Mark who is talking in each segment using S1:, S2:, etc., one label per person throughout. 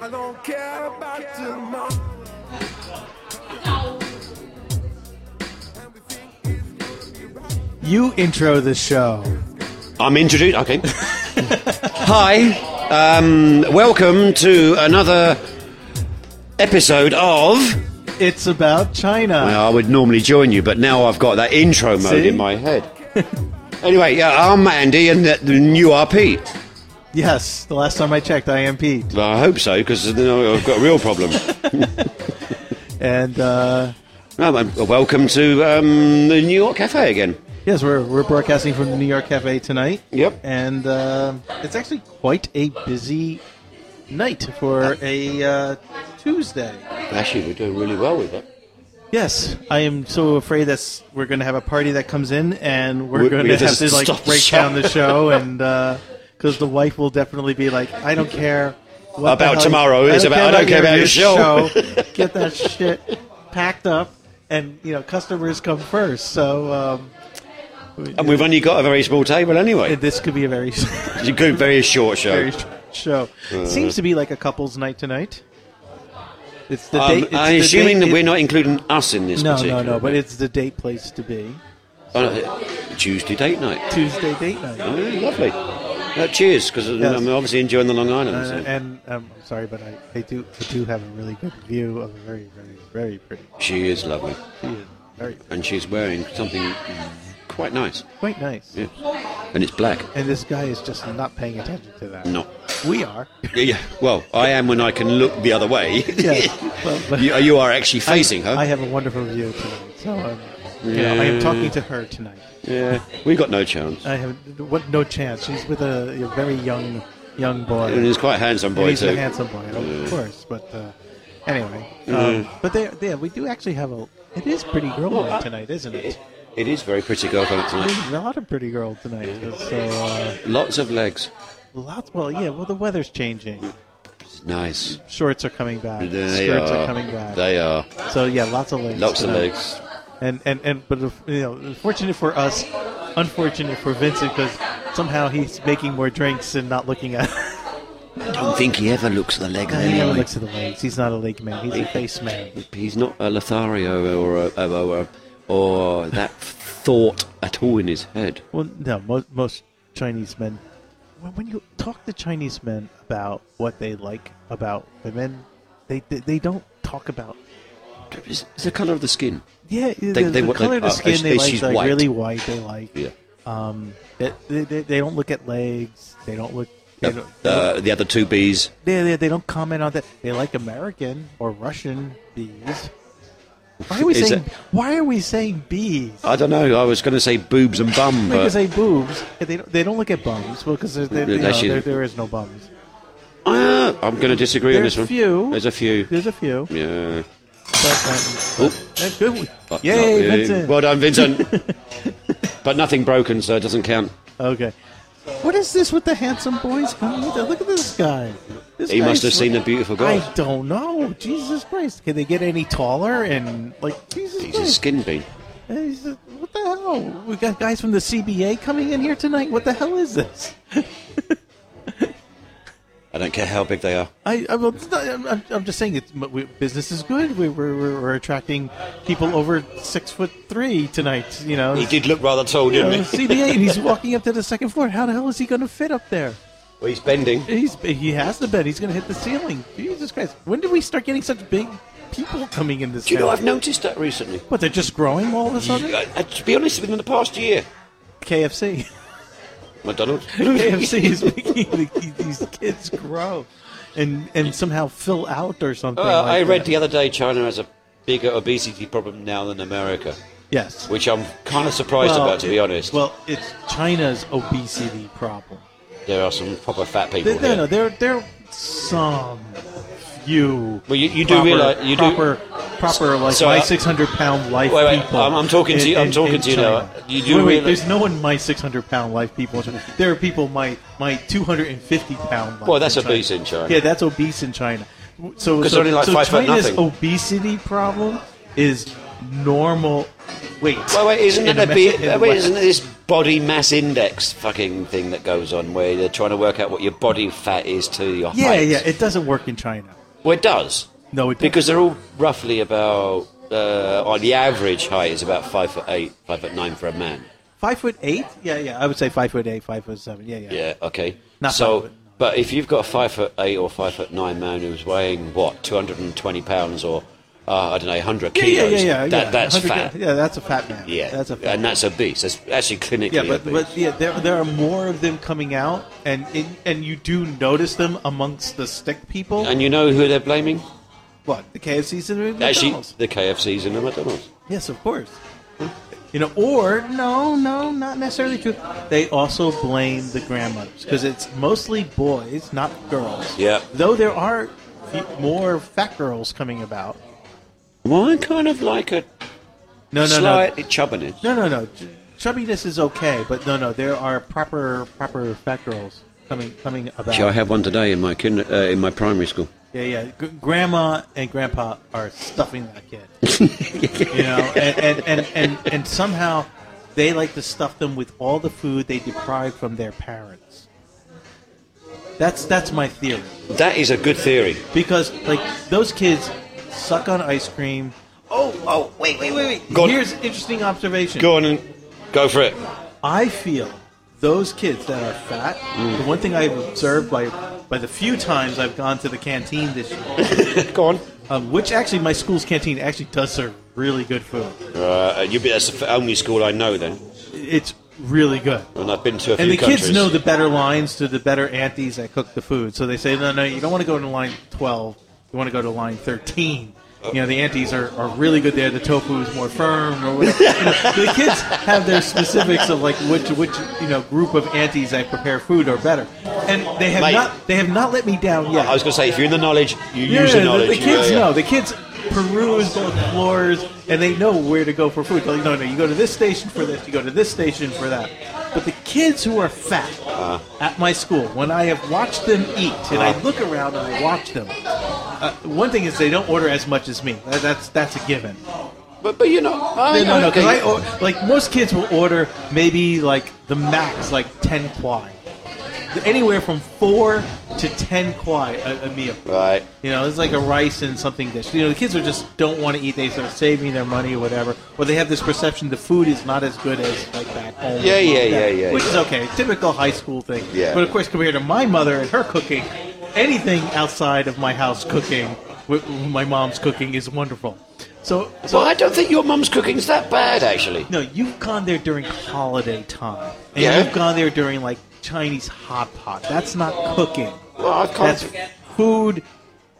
S1: I don't care about tomorrow.
S2: You intro the show.
S3: I'm introduced. Okay. Hi. Um, welcome to another episode of.
S2: It's about China.
S3: I would normally join you, but now I've got that intro mode
S2: See?
S3: in my head. anyway, yeah, I'm Andy, and the, the new RP.
S2: Yes, the last time I checked, I am Pete.
S3: Well, I hope so, because then I've got a real problem.
S2: And uh,
S3: No, but welcome to um, the New York Cafe again.
S2: yes, we're, we're broadcasting from the New York Cafe tonight.
S3: Yep.
S2: And uh, it's actually quite a busy night for a uh, Tuesday.
S3: Actually, we're doing really well with it.
S2: Yes, I am so afraid that we're going to have a party that comes in and we're
S3: We-
S2: going
S3: we
S2: to have
S3: just
S2: to like
S3: stop the
S2: break
S3: show.
S2: down the show and because the wife will definitely be like, I don't care what the
S3: About
S2: hell you-
S3: tomorrow,
S2: I
S3: it's
S2: don't
S3: about- I don't care about your
S2: show. Get that shit packed up, and you know customers come first. So um,
S3: And we've only got a very small table anyway.
S2: this could be a very
S3: It's a good, very short show.
S2: very short show.
S3: Uh.
S2: It seems to be like a couples' night tonight. It's the
S3: Um,
S2: date. it's
S3: I'm
S2: the
S3: assuming
S2: date-
S3: that we're
S2: it-
S3: not including us in this
S2: No, no,
S3: particular.
S2: no, but it's the date place to be.
S3: Oh, no, Tuesday date night.
S2: Tuesday date night.
S3: Oh, lovely. Uh, cheers, because
S2: Yes.
S3: I'm obviously enjoying the Long Island.
S2: Uh,
S3: so.
S2: and um, I'm sorry, but I, I do I do have a really good view of a very very very pretty
S3: She is lovely,
S2: she is very
S3: and she's wearing something quite nice,
S2: quite nice.
S3: yeah. and it's black.
S2: And this guy is just not paying attention to that.
S3: No.
S2: we are.
S3: Yeah, yeah. Well, I am when I can look the other way.
S2: Yeah, but, but
S3: you, you are actually facing her.
S2: I have a wonderful view tonight, so um, you know, I am talking to her tonight.
S3: yeah, we got no chance.
S2: I have what no chance. She's with a, a very young young boy.
S3: And he's quite a handsome
S2: And
S3: boy
S2: he's
S3: too.
S2: a handsome boy, of course. But uh, anyway, um, but there, there, we do actually have a. It is pretty girl night tonight, isn't it?
S3: It- it is very pretty girl tonight. tonight.
S2: There's a lot of pretty girl tonight. So uh,
S3: Lots of legs.
S2: lots. Well, yeah. Well, the weather's changing.
S3: It's nice.
S2: Shorts are coming back.
S3: They
S2: skirts are,
S3: are,
S2: coming back.
S3: They are.
S2: so yeah, lots of legs.
S3: Lots of
S2: tonight.
S3: legs.
S2: And and and but uh, you know, fortunate for us, unfortunate for Vincent because somehow he's making more drinks and not looking at.
S3: I don't think he ever looks at the leg
S2: he never
S3: anyway.
S2: looks at the legs. He's not a leg man. He's a face man.
S3: He's not a Lothario or a, or, a, or that thought at all in his head.
S2: Well, no, most, most Chinese men. When when you talk to Chinese men about what they like about women, they they, they don't talk about
S3: It's, it's the colour of the skin.
S2: Yeah, they,
S3: They-
S2: the,
S3: they
S2: the
S3: want, like,
S2: color of the
S3: uh,
S2: skin
S3: it's-
S2: they
S3: it's
S2: like,
S3: just
S2: like
S3: white.
S2: really white. They like.
S3: Yeah.
S2: Um, they, they, they, they don't look at legs. They don't look. They
S3: Uh,
S2: don't, they, don't,
S3: the other two bees.
S2: they, they, they don't comment on that. They like American or Russian bees. Why are we
S3: Is
S2: saying?
S3: it-
S2: Why are we saying bees?
S3: I don't know. I was going to say boobs and bum,
S2: Why do we
S3: but
S2: say boobs? They don't, they don't look at bums because well, 'cause there- there-
S3: Yeah,
S2: you know,
S3: actually-
S2: there, there is no bums.
S3: Ah, I'm going to disagree on
S2: There's
S3: this one.
S2: few.
S3: There's a few.
S2: There's a few.
S3: Yeah.
S2: But, um,
S3: Oh.
S2: that's good.
S3: But
S2: Yay,
S3: not- yeah,
S2: Vincent.
S3: Well done, Vincent. but nothing broken, so it doesn't count.
S2: Okay. What is this with the handsome boys coming? in? Look at this guy. This
S3: He
S2: guy's-
S3: must have seen the beautiful girl.
S2: I don't know. Jesus Christ! Can they get any taller? And like Jesus
S3: He's a
S2: Christ!
S3: skin bean.
S2: Hey, he's a- what the hell? We got guys from the CBA coming in here tonight. What the hell is this?
S3: I don't care how big they are.
S2: I, I well, it's not- I'm, I'm- I'm just saying, it's, we, business is good. We, we're, we're we're attracting people over six foot three tonight. You know,
S3: He did look rather tall,
S2: You know,
S3: didn't he?
S2: CBA, and he's walking up to the second floor. How the hell is he going to fit up there?
S3: Well, he's bending.
S2: He's he has to bet he's going to hit the ceiling. Jesus Christ! When did we start getting such big people coming in this?
S3: Do you know,
S2: town?
S3: I've noticed that recently.
S2: What they're just growing all of a sudden?
S3: I, I- to be honest, within the past year,
S2: KFC,
S3: McDonald's.
S2: KFC is making the, these kids grow, and and somehow fill out or something.
S3: Uh,
S2: like
S3: I read
S2: that.
S3: the other day China has a bigger obesity problem now than America,
S2: yes.
S3: which I'm kind of surprised about, to be honest.
S2: Well, it's China's obesity problem.
S3: there are some proper fat people
S2: There, there,
S3: here.
S2: no, there, there are some few.
S3: Well, you- you do
S2: proper,
S3: realize- you do-
S2: proper, proper like
S3: So,
S2: my
S3: uh,
S2: six hundred pound life
S3: Wait, wait,
S2: people.
S3: I'm- I'm talking to you- I'm talking to you now.
S2: China.
S3: You do
S2: wait, wait,
S3: realize-
S2: there's no one my six hundred pound life people. in China. There are people my my two hundred and fifty pound. Life
S3: Well, that's
S2: in China.
S3: obese in China.
S2: Yeah, that's obese in China. So,
S3: 'Cause
S2: so,
S3: they're only like
S2: so
S3: five foot
S2: China's
S3: nothing.
S2: obesity problem is normal weight.
S3: Wait, wait, isn't
S2: in
S3: it a
S2: Amer-
S3: be-
S2: in the
S3: wait,
S2: West.
S3: isn't this body mass index fucking thing that goes on where they're trying to work out what your body fat is to your
S2: Yeah,
S3: height.
S2: yeah. It doesn't work in China.
S3: Well, it does.
S2: No, it doesn't.
S3: Because they're all roughly about, uh, on the average height is about five foot eight, five foot nine for a man.
S2: Five foot eight? Yeah, yeah. I would say five foot eight, five foot seven. Yeah, yeah.
S3: Yeah, okay.
S2: Not
S3: so,
S2: five foot.
S3: but if you've got a five foot eight or five foot nine man who's weighing what two hundred and twenty pounds or uh, I don't know hundred
S2: yeah,
S3: kilos,
S2: yeah, yeah, yeah,
S3: that,
S2: yeah.
S3: that's
S2: 100
S3: fat.
S2: Yeah, that's a fat man.
S3: Yeah,
S2: that's a fat.
S3: and that's obese. That's actually clinically
S2: yeah, but,
S3: obese.
S2: but yeah, there, there are more of them coming out, and it, and you do notice them amongst the stick people.
S3: and you know who they're blaming?
S2: what the KFC's and the
S3: Actually,
S2: McDonald's?
S3: the KFCs and the McDonald's.
S2: Yes, of course. You know, or no, no, not necessarily true. They also blame the grandmothers because it's mostly boys, not girls.
S3: Yeah.
S2: Though there are fe- more fat girls coming about.
S3: Well, I kind of like a
S2: No, no, no.
S3: slightly chubbiness.
S2: No, no, no. Ch- Chubbiness is okay, but no, no. There are proper, proper fat girls coming, coming about.
S3: Actually, I had one today in my kin- uh, in my primary school.
S2: Yeah, yeah. G- grandma and grandpa are stuffing that kid. you know, and, and, and, and, and somehow they like to stuff them with all the food they deprived from their parents. That's that's my theory.
S3: That is a good theory.
S2: Because like those kids suck on ice cream. Oh, oh, wait, wait, wait, wait.
S3: Go on.
S2: Here's interesting observation.
S3: Go on and go for it.
S2: I feel those kids that are fat. The one thing I've observed by by the few times I've gone to the canteen this year,
S3: Go on.
S2: um, which actually my school's canteen actually does serve really good food.
S3: Uh, you, that's the f- only school I know then,
S2: It's really good.
S3: and I've been to a few
S2: And the
S3: countries.
S2: kids know the better lines to the better aunties that cook the food. So they say, no, no, you don't want to go to line 12. You want to go to line 13. You know, the aunties are, are really good there. The tofu is more firm. Or whatever. You know, the kids have their specifics of like which which you know group of aunties I prepare food are better. And they have
S3: Mate.
S2: not they have not let me down yet.
S3: I was going to say, if you're in the knowledge, you
S2: Yeah,
S3: use the
S2: the-
S3: knowledge.
S2: The, kids
S3: yeah, yeah.
S2: know. The kids peruse both floors and they know where to go for food. They're like, no, no, you go to this station for this, you go to this station for that. But the kids who are fat at my school, when I have watched them eat and I look around and I watch them, uh, one thing is they don't order as much as me. That- That's that's a given.
S3: But, but you know, I,
S2: No, no, no. 'cause I
S3: okay.
S2: or, like most kids will order maybe like the max like ten quai, anywhere from four to ten quai a, a meal.
S3: Right.
S2: You know, it's like a rice and something dish. You know, the kids are just don't want to eat. They start saving their money or whatever, or they have this perception the food is not as good as like back home.
S3: Yeah, yeah,
S2: Like that,
S3: yeah, yeah,
S2: Which
S3: yeah.
S2: is okay, typical high school thing.
S3: Yeah.
S2: But of course, compared to my mother and her cooking, anything outside of my house cooking, with with my mom's cooking is wonderful. So, so
S3: Well, I don't think your mum's cooking's that bad, actually.
S2: no, you've gone there during holiday time, and
S3: Yeah.
S2: you've gone there during like Chinese hot pot. That's not cooking.
S3: Well, I can't.
S2: That's food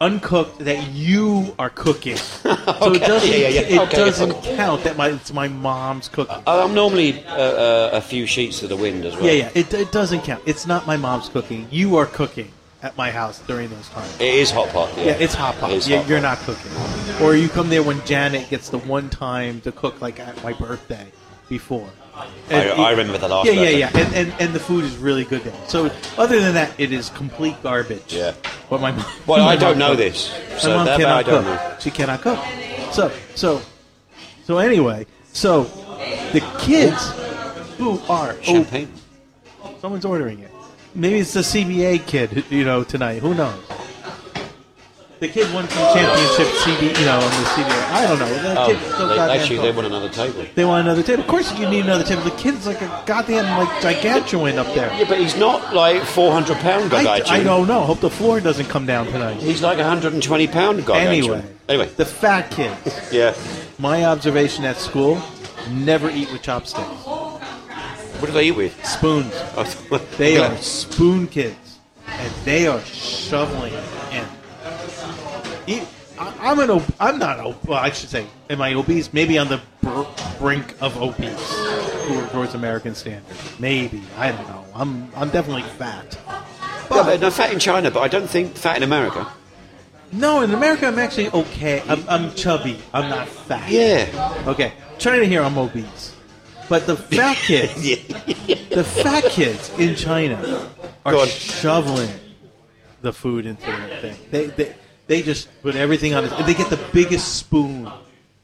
S2: uncooked that you are cooking. So it
S3: Okay,
S2: doesn't,
S3: yeah, yeah, yeah.
S2: It
S3: Okay,
S2: doesn't
S3: okay.
S2: count that my, it's my mom's cooking.
S3: I'm normally uh, uh, a few sheets to the wind as well.
S2: yeah, yeah, it, it doesn't count. It's not my mom's cooking. You are cooking at my house during those times.
S3: It is hot pot. Yeah,
S2: Yeah, it's hot pot.
S3: It is
S2: yeah,
S3: hot
S2: you're not
S3: pot.
S2: cooking. Or you come there when Janet gets the one time to cook, like at my birthday before.
S3: I- I remember the last
S2: Yeah,
S3: birthday.
S2: yeah, yeah. And, and and the food is really good there. So other than that, it is complete garbage.
S3: Yeah.
S2: But my mom.
S3: Well,
S2: my
S3: I
S2: mom
S3: don't know
S2: cooked.
S3: this, so
S2: my mom
S3: that
S2: cannot
S3: I don't
S2: cook.
S3: know.
S2: She cannot cook. So so so anyway, so the kids who are oh,
S3: Champagne.
S2: someone's ordering it. Maybe it's the CBA kid, you know, tonight. Who knows? The kid won some championship CB, you know, on the CBA. I don't know. The
S3: Oh,
S2: kid's so
S3: they,
S2: goddamn
S3: actually,
S2: tall.
S3: they want another table.
S2: They want another table. Of course, you need another table. The kid's like a goddamn like gigantuan up there.
S3: Yeah, but he's not like 400 pound guy.
S2: I, I
S3: Jim.
S2: don't know. Hope the floor doesn't come down tonight.
S3: He's like 120 pound guy.
S2: Anyway,
S3: actually. Anyway.
S2: the fat kids.
S3: Yeah.
S2: My observation at school: never eat with chopsticks,
S3: What do they eat with?
S2: spoons. They are spoon kids, and they are shoveling it in. E- I, am an. Ob- I'm not. Ob- well, I should say, am I obese? Maybe on the br- brink of obese, for- towards American standards. Maybe I don't know. I'm. I'm definitely fat.
S3: Yeah, but no, fat in China, but I don't think fat in America.
S2: No, in America, I'm actually okay. I'm, I'm chubby. I'm not fat.
S3: Yeah.
S2: Okay. China here, I'm obese. But the fat kids, the fat kids in China are
S3: Go on.
S2: shoveling the food into their thing. They, they, they just put everything on it. and They get the biggest spoon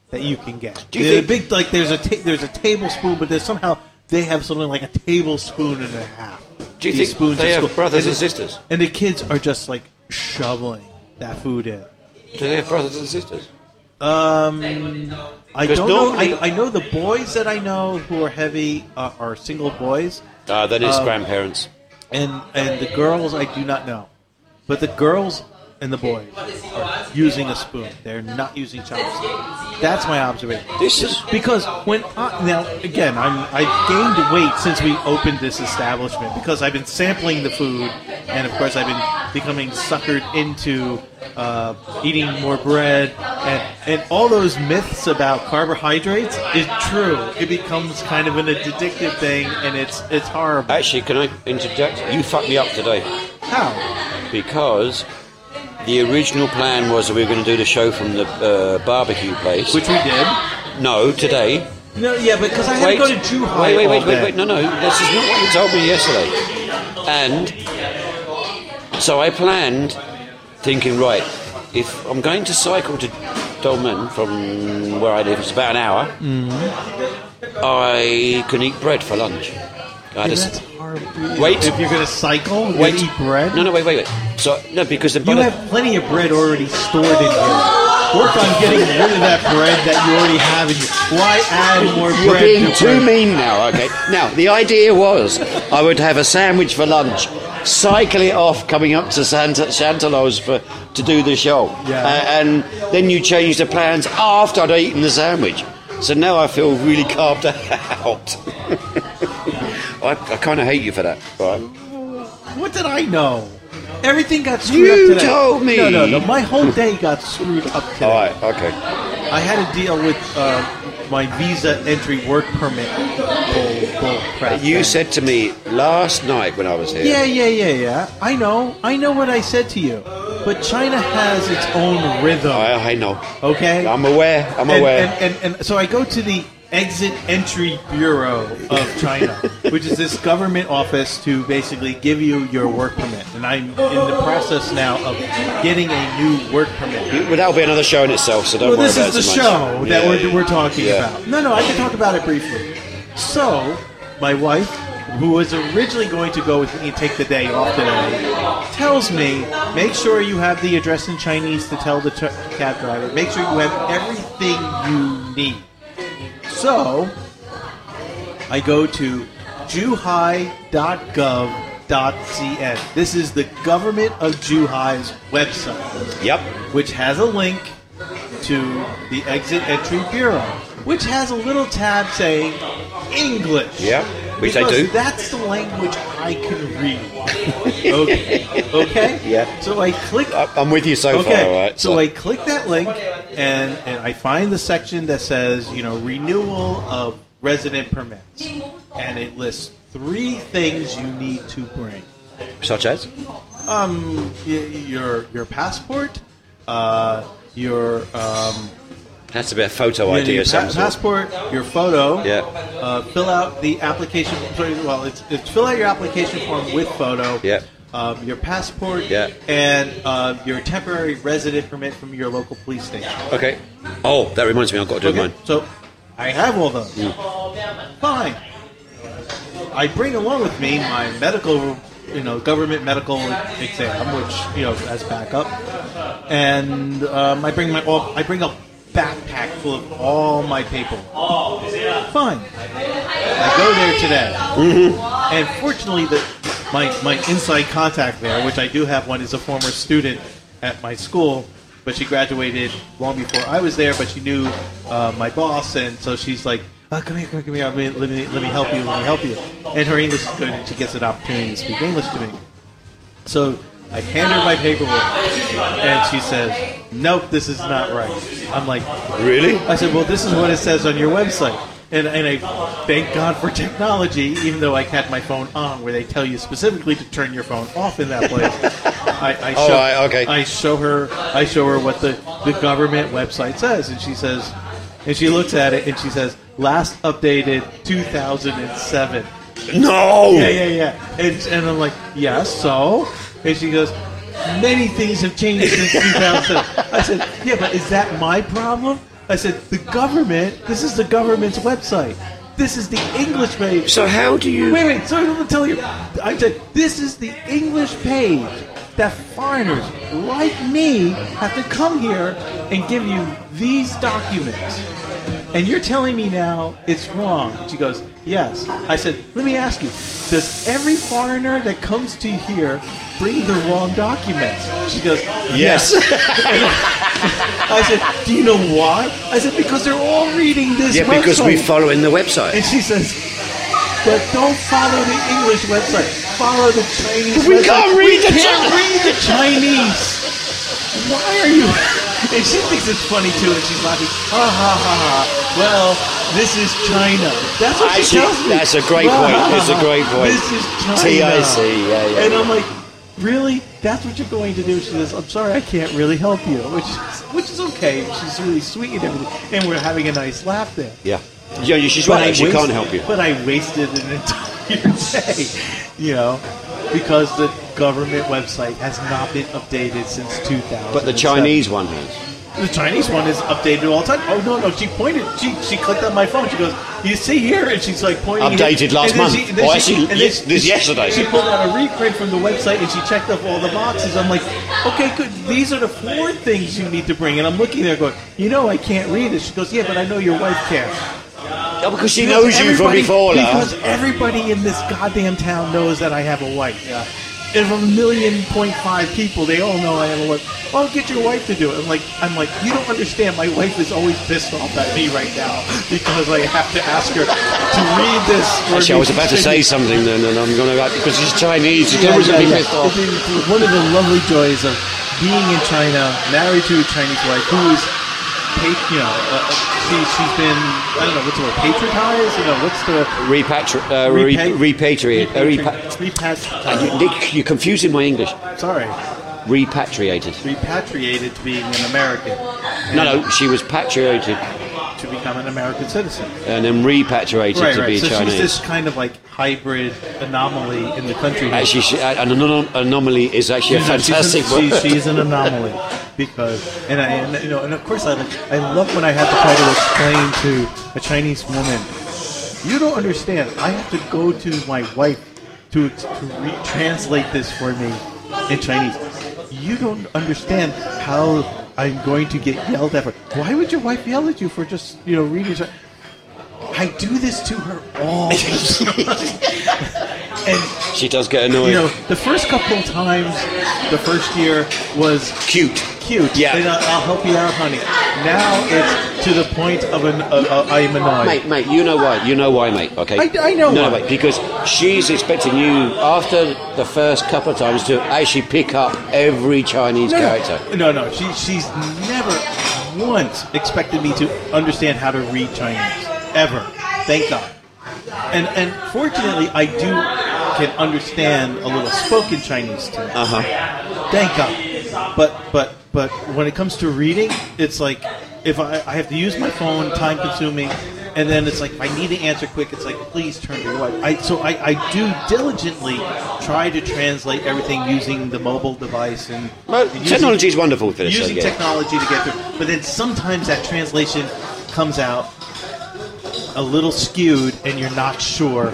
S2: that you can get.
S3: Do you
S2: They're
S3: think-
S2: big like there's a ta- there's a tablespoon, but there's somehow they have something like a tablespoon and a half.
S3: Do you think
S2: teaspoons
S3: they
S2: of
S3: have
S2: school-
S3: brothers and
S2: the-
S3: sisters?
S2: And the kids are just like shoveling that food in.
S3: Do they have brothers and sisters?
S2: I
S3: 'Cause
S2: don't know.
S3: normally-
S2: I, I know the boys that I know who are heavy uh, are single boys,
S3: Uh, then it's grandparents.
S2: and and the girls I do not know. But the girls and the boys are using a spoon. They're not using chopsticks. That's my observation.
S3: This is
S2: Because when I, now again, I'm I gained weight since we opened this establishment because I've been sampling the food, and of course I've been becoming suckered into uh, eating more bread, and and all those myths about carbohydrates is true. It becomes kind of an addictive thing, and it's it's horrible.
S3: actually. Can I interject? You fucked me up today
S2: How?
S3: because the original plan was that we were going to do the show from the uh, barbecue place.
S2: Which we did.
S3: no, today.
S2: No, yeah, because I had to go to Zhuhai
S3: wait, wait,
S2: all
S3: wait, wait,
S2: day.
S3: wait. No, no, this is not what you told me yesterday. And so I planned, thinking, right, if I'm going to cycle to Dolmen from where I live, it's about an hour. I can eat bread for lunch. I
S2: And
S3: had a s-
S2: that's horrible.
S3: Wait.
S2: if you're gonna cycle, you
S3: wait,
S2: eat bread.
S3: No, no, wait, wait, wait. So no, because the
S2: You have plenty of bread already stored in here. Work on getting rid of that bread that you already have in you. Why add more
S3: You're
S2: bread?
S3: being
S2: to
S3: too
S2: bread?
S3: mean now, okay? Now, the idea was I would have a sandwich for lunch, cycle it off coming up to Santa Chantelos for to do the show.
S2: Yeah.
S3: A- and then you change the plans after I'd eaten the sandwich. So now I feel really carved out. I, I kind of hate you for that. Right.
S2: What did I know? Everything got screwed up
S3: You
S2: today.
S3: told me.
S2: No, no, no. My whole day got screwed up today.
S3: All right, okay.
S2: I had to deal with uh, my visa entry work permit. Bull, bull crap.
S3: You
S2: thing.
S3: said to me last night when I was here.
S2: Yeah, yeah, yeah, yeah. I know. I know what I said to you. But China has its own rhythm.
S3: I, I know.
S2: Okay.
S3: I'm aware. Oh, I'm
S2: and,
S3: aware.
S2: And, and, and so I go to the Exit Entry Bureau of China, which is this government office to basically give you your work permit. And I'm in the process now of getting a new work permit.
S3: Well, that'll be another show in itself, so don't
S2: Well,
S3: worry
S2: this
S3: about
S2: is
S3: it
S2: the
S3: so
S2: show
S3: much.
S2: that
S3: Yeah,
S2: we're,
S3: yeah.
S2: we're talking
S3: Yeah.
S2: about. No, no, I can talk about it briefly. So, my wife, who was originally going to go with me and take the day off today, tells me, make sure you have the address in Chinese to tell the ch- cab driver. Make sure you have everything you need. So, I go to juhai.gov.cn. This is the government of Juhai's website
S3: Yep.
S2: which has a link to the Exit Entry Bureau, which has a little tab saying English.
S3: Yeah, which I
S2: because
S3: do.
S2: That's the language I can read. okay. okay?
S3: Yeah.
S2: So I click
S3: I- I'm with you so
S2: Okay.
S3: far, all right?
S2: So I click that link, and and I find the section that says you know renewal of resident permits, and it lists three things you need to bring.
S3: such as?
S2: Y- your your passport, uh, your um,
S3: Has to be a photo
S2: Yeah,
S3: ID
S2: your
S3: or something.
S2: pa- passport, your photo.
S3: Yeah.
S2: Uh, fill out the application. Sorry, well, it's, it's fill out your application form with photo.
S3: Yeah.
S2: Um, your passport.
S3: Yeah.
S2: And uh, your temporary resident permit from your local police station.
S3: Okay. Oh, that reminds me, I've got to do mine.
S2: So I have all those. Fine. I bring along with me my medical, you know, government medical exam, which you know as backup, and um, I bring my all. I bring a backpack full of all my paperwork. Oh, Fine. I go there today, and fortunately, the, my my inside contact there, which I do have one, is a former student at my school, but she graduated long before I was there. But she knew uh, my boss, and so she's like, oh, "Come here, come here, come here. I mean, let me let me help you, let me help you." And her English is good, and she gets an opportunity to speak English to me. So I hand her my paperwork, and she says, "Nope, this is not right." I'm like,
S3: Really?
S2: I said, well, this is what it says on your website. And, and I thank God for technology, even though I had my phone on, where they tell you specifically to turn your phone off in that place. I, I
S3: Oh,
S2: show,
S3: right, okay.
S2: I show her, I show her what the, the government website says, and she says, and she looks at it, and she says, last updated 2007.
S3: No!
S2: Yeah, yeah, yeah. And, and I'm like, yes, so? And she goes, many things have changed since 2000. I said, yeah, but is that my problem? I said, the government, this is the government's website. This is the English page.
S3: So how do you?
S2: Wait, wait. So I don't tell you. I said this is the English page that foreigners like me have to come here and give you these documents. And you're telling me now it's wrong. She goes, yes. I said, let me ask you. Does every foreigner that comes to here bring the wrong documents? She goes, yes. I said, do you know why? I said, because they're all reading this
S3: Yeah, because we're
S2: website."
S3: following the website.
S2: And she says, but don't follow the English website. Follow the Chinese
S3: we
S2: website.
S3: can't read the
S2: we can't read the Chinese. Why are you? And she thinks it's funny too, and she's laughing. Ha ha ha ha. Well, this is China. That's what she
S3: Actually,
S2: tells me.
S3: that's a great point. It's a great point.
S2: This is China.
S3: TIC, yeah, yeah,
S2: And
S3: yeah.
S2: I'm like, really? That's what you're going to do? She says, I'm sorry, I can't really help you, which is, which is okay. She's really sweet and everything, and we're having a nice laugh there.
S3: Yeah. Yeah, you- she's
S2: But
S3: right.
S2: I
S3: She can't
S2: wasted-
S3: help you.
S2: But I wasted an entire day, you know, because the government website has not been updated since 2000.
S3: But the Chinese one
S2: the
S3: has.
S2: Chinese one is updated all the time. Oh no, no, she pointed, she she clicked on my phone. She goes, "You see here," and she's like pointing. here.
S3: Updated
S2: And
S3: last
S2: then
S3: month.
S2: She, and then
S3: Oh,
S2: she-
S3: actually,
S2: and
S3: ye-
S2: then she-
S3: this yesterday.
S2: She pulled out a reprint from the website and she checked off all the boxes. I'm like, okay, good. These are the four things you need to bring. And I'm looking there, going, you know, I can't read this. She goes, yeah, but I know your wife can.
S3: Oh, because she
S2: Because
S3: knows you from
S2: everybody-
S3: before now.
S2: Because everybody in this goddamn town knows that I have a wife. Yeah. And from a million point five people, they all know I have a wife. Well, get your wife to do it. I'm like, I'm like, you don't understand. My wife is always pissed off at me right now because I have to ask her to read this. for
S3: Actually,
S2: me
S3: I was about to
S2: continue.
S3: say something then, and I'm going to because she's Chinese. She's
S2: Yeah,
S3: always
S2: yeah,
S3: gonna be
S2: yeah.
S3: pissed off.
S2: It is One of the lovely joys of being in China, married to a Chinese wife who is, pa- you know, uh, uh, she, she's been, I don't know, what's the word, patronized? You know, what's the
S3: Repatri- uh,
S2: Repa-
S3: re- repatriate. Uh, repa-
S2: Repatri- repat-
S3: Uh, you- Nick, you're confusing my English.
S2: sorry,
S3: Repatriated.
S2: repatriated to being an American. and
S3: No, no, she was patriated
S2: To become an American citizen.
S3: and then repatriated
S2: Right,
S3: to be
S2: right. So
S3: Chinese.
S2: she's this kind of like hybrid anomaly in the country.
S3: Actually, she, uh, an anom- anomaly is actually a
S2: You know, she's an-
S3: fantastic
S2: she-
S3: word.
S2: she's an anomaly because, and I, and, you know, and of course, I, like- I love when I have to try to explain to a Chinese woman, you don't understand. I have to go to my wife to, ex- to re- translate this for me in Chinese. You don't understand how I'm going to get yelled at. For. Why would your wife yell at you for just you know reading? Chi- I do this to her all the time. and
S3: She does get annoyed.
S2: you know, the first couple of times, the first year was
S3: Cute.
S2: cute.
S3: Yeah.
S2: Then I'll, I'll help you out, honey. Now it's to the point of an uh, uh, I'm annoyed.
S3: Mate, mate, you know why. You know why, mate, okay?
S2: I- I know
S3: no,
S2: why.
S3: Mate, because she's expecting you, after the first couple of times, to actually pick up every Chinese
S2: no,
S3: character.
S2: no, no, no. She, she's never once expected me to understand how to read Chinese ever. Thank God. And and fortunately, I do can understand a little spoken Chinese too.
S3: Uh
S2: Uh-huh.
S3: huh.
S2: Thank God. But but but when it comes to reading, it's like if I, I have to use my phone, time consuming, and then it's like if I need to answer quick, it's like please turn to your wife. I, so I, I do diligently try to translate everything using the mobile device and
S3: Well,
S2: and
S3: technology is wonderful for this,
S2: Using
S3: I guess.
S2: technology to get through, but then sometimes that translation comes out a little skewed and you're not sure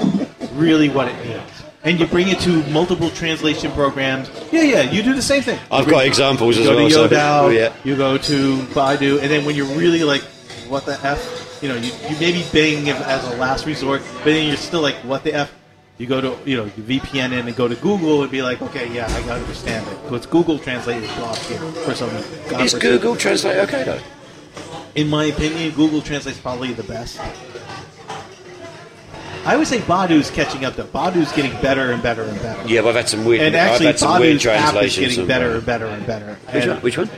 S2: really what it means. And you bring it to multiple translation programs. Yeah, yeah, you do the same thing.
S3: I've got examples
S2: You
S3: as
S2: go
S3: well. so-
S2: to Yodel,
S3: yeah.
S2: you go to Baidu, and then when you're really like, what the F? You know, you, you maybe Bing if- as a last resort, but then you're still like, what the F? You go to, you know, you VPN in and go to Google and be like, okay, yeah, I gotta understand it. What's Google Translate is blocked here for some
S3: Is
S2: godforsaken-
S3: Google Translate okay, though?
S2: in my opinion, Google Translate's probably the best. I would say Badu's catching up though. Badu's getting better and better and better.
S3: Yeah, but I've had some weird,
S2: And actually,
S3: I've had some weird
S2: Badu's app is
S3: translations.
S2: getting
S3: of- uh,
S2: better and better and better.
S3: Which
S2: And
S3: one? Which one?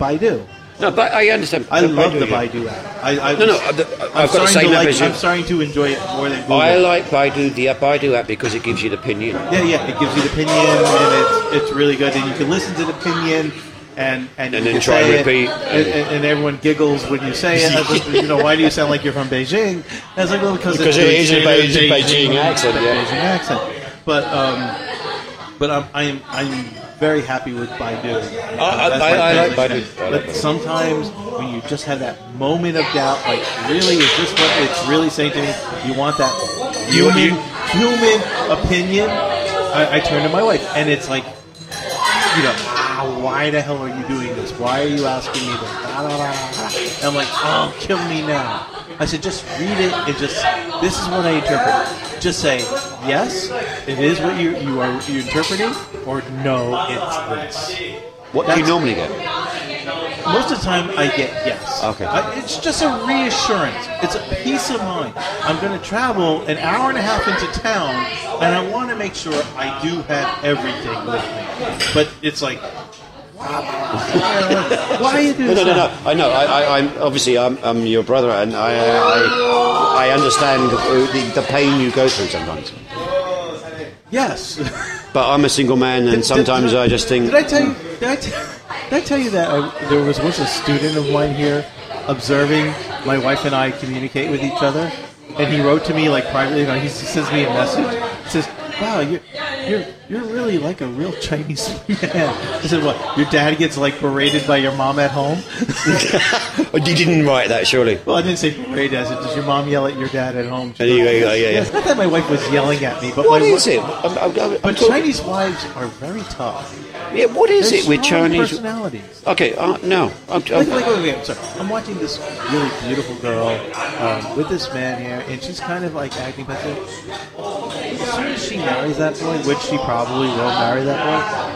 S2: Baidu.
S3: No, but I understand.
S2: I
S3: The
S2: love the
S3: yeah.
S2: Baidu app. I, I,
S3: No, no,
S2: I'm
S3: I- the- I've got the
S2: starting
S3: same
S2: to
S3: app
S2: like,
S3: as you.
S2: I'm starting to enjoy it more than Google.
S3: I like Baidu, the Baidu app, because it gives you the opinion.
S2: yeah, yeah. It gives you the opinion, and it's, it's really good. And you can listen to the opinion, and and, you
S3: then
S2: can
S3: try
S2: say
S3: and
S2: it,
S3: repeat.
S2: and, and, and everyone giggles when you say it. I was like, you know, why do you sound like you're from Beijing? And I was like, well, because
S3: Because
S2: it's
S3: it is a Beijing- Beijing accent, yeah.
S2: uh, Beijing accent. But um, but I'm I'm I'm very happy with Baidu. Uh,
S3: I-
S2: that's
S3: I-
S2: my
S3: I like
S2: favorite
S3: Baidu.
S2: thing.
S3: I like
S2: But
S3: Baidu.
S2: sometimes when you just have that moment of doubt, like, really, is this what it's really saying to me? You want that
S3: You-
S2: human,
S3: you-
S2: human opinion? I, I turn to my wife, and it's like, you know, ah, why the hell are you doing this? Why are you asking me this? Da, da, da, da, da. And I'm like, oh, kill me now. I said, just read it and just, this is what I interpret. Just say, yes, it is what you, you are you interpreting, or no, it's this.
S3: What do you
S2: That's-
S3: normally get?
S2: Most of the time, I get yes.
S3: Okay.
S2: I, it's just a reassurance. It's a peace of mind. I'm going to travel an hour and a half into town, and I want to make sure I do have everything with me. But it's like, wow, why are you doing
S3: No, no, no,
S2: that?
S3: no. I know. I, I, I'm obviously I'm, I'm your brother, and I, I, I understand the, the, the pain you go through sometimes.
S2: Yes.
S3: But I'm a single man, and sometimes I just think. "Oh,
S2: Did I tell you? Did I, t- did I tell you that I, there was once a student of mine here observing my wife and I communicate with each other, and he wrote to me like privately. You know, he s- sends me a message. He says, "Wow, you're you're you're really like a real Chinese man." I said, "What? Your dad gets like berated by your mom at home?"
S3: Oh, you didn't write that, surely.
S2: Well, I didn't say berated. I said, "Does your mom yell at your dad at home?" She
S3: Yeah,
S2: goes,
S3: yeah, yeah, yeah.
S2: It's not that my wife was yelling at me, but
S3: What
S2: my
S3: is
S2: wi-
S3: it? I'm, I'm, I'm
S2: But
S3: talking-
S2: Chinese wives are very tough.
S3: Yeah, what is
S2: They're
S3: it with
S2: strong
S3: Chinese?
S2: personalities?
S3: Okay, uh, no. I'm,
S2: Like,
S3: I'm,
S2: like, wait, wait, I'm sorry. I'm watching this really beautiful girl um, with this man here, and she's kind of like acting passive. As soon as she marries that boy, which she probably will marry that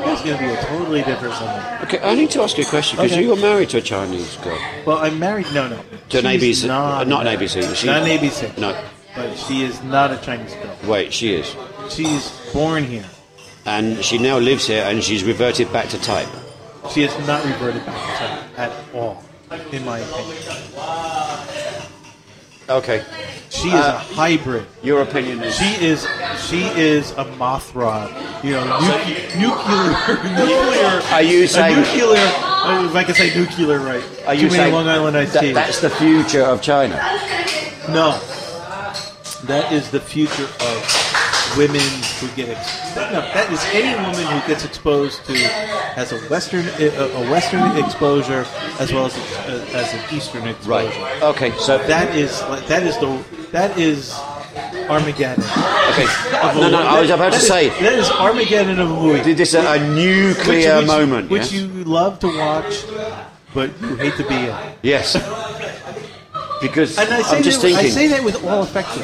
S2: boy, it's going to be a totally different someone.
S3: okay, I need to ask you a question because
S2: Okay.
S3: you were married to a Chinese girl.
S2: Well, I'm married. No, no.
S3: To an
S2: She's
S3: ABC. uh, not an ABC. She,
S2: not an ABC.
S3: No,
S2: But she is not a Chinese girl.
S3: wait, she is.
S2: She's born here.
S3: And she now lives here and she's reverted back to type.
S2: She has not reverted back to China at all, in my opinion.
S3: Okay.
S2: She is
S3: Uh,
S2: a hybrid.
S3: Your opinion is.
S2: She is she is a Mothra, you know, nu- nuclear, nuclear.
S3: Are you
S2: a
S3: saying-
S2: nuclear? oh, If I can say nuclear, right?
S3: Are
S2: Too
S3: you
S2: many
S3: saying
S2: Long Island iced
S3: that-
S2: teas.
S3: that's the future of China?
S2: No, that is the future of women who get exposed. No, that is any woman who gets exposed to has a Western a, a Western exposure as well as a, as an Eastern
S3: Right.
S2: exposure.
S3: Okay, so.
S2: That is like that is the that is Armageddon.
S3: okay.
S2: of a
S3: No, no,
S2: wo-
S3: I was about
S2: that
S3: to
S2: is-
S3: say.
S2: that is Armageddon of a movie.
S3: Did this a, a nuclear
S2: which,
S3: moment?
S2: which
S3: yes?
S2: you love to watch, but you hate to be in.
S3: Yes. Because
S2: And I say,
S3: I'm just
S2: that,
S3: thinking.
S2: I say that with all affection.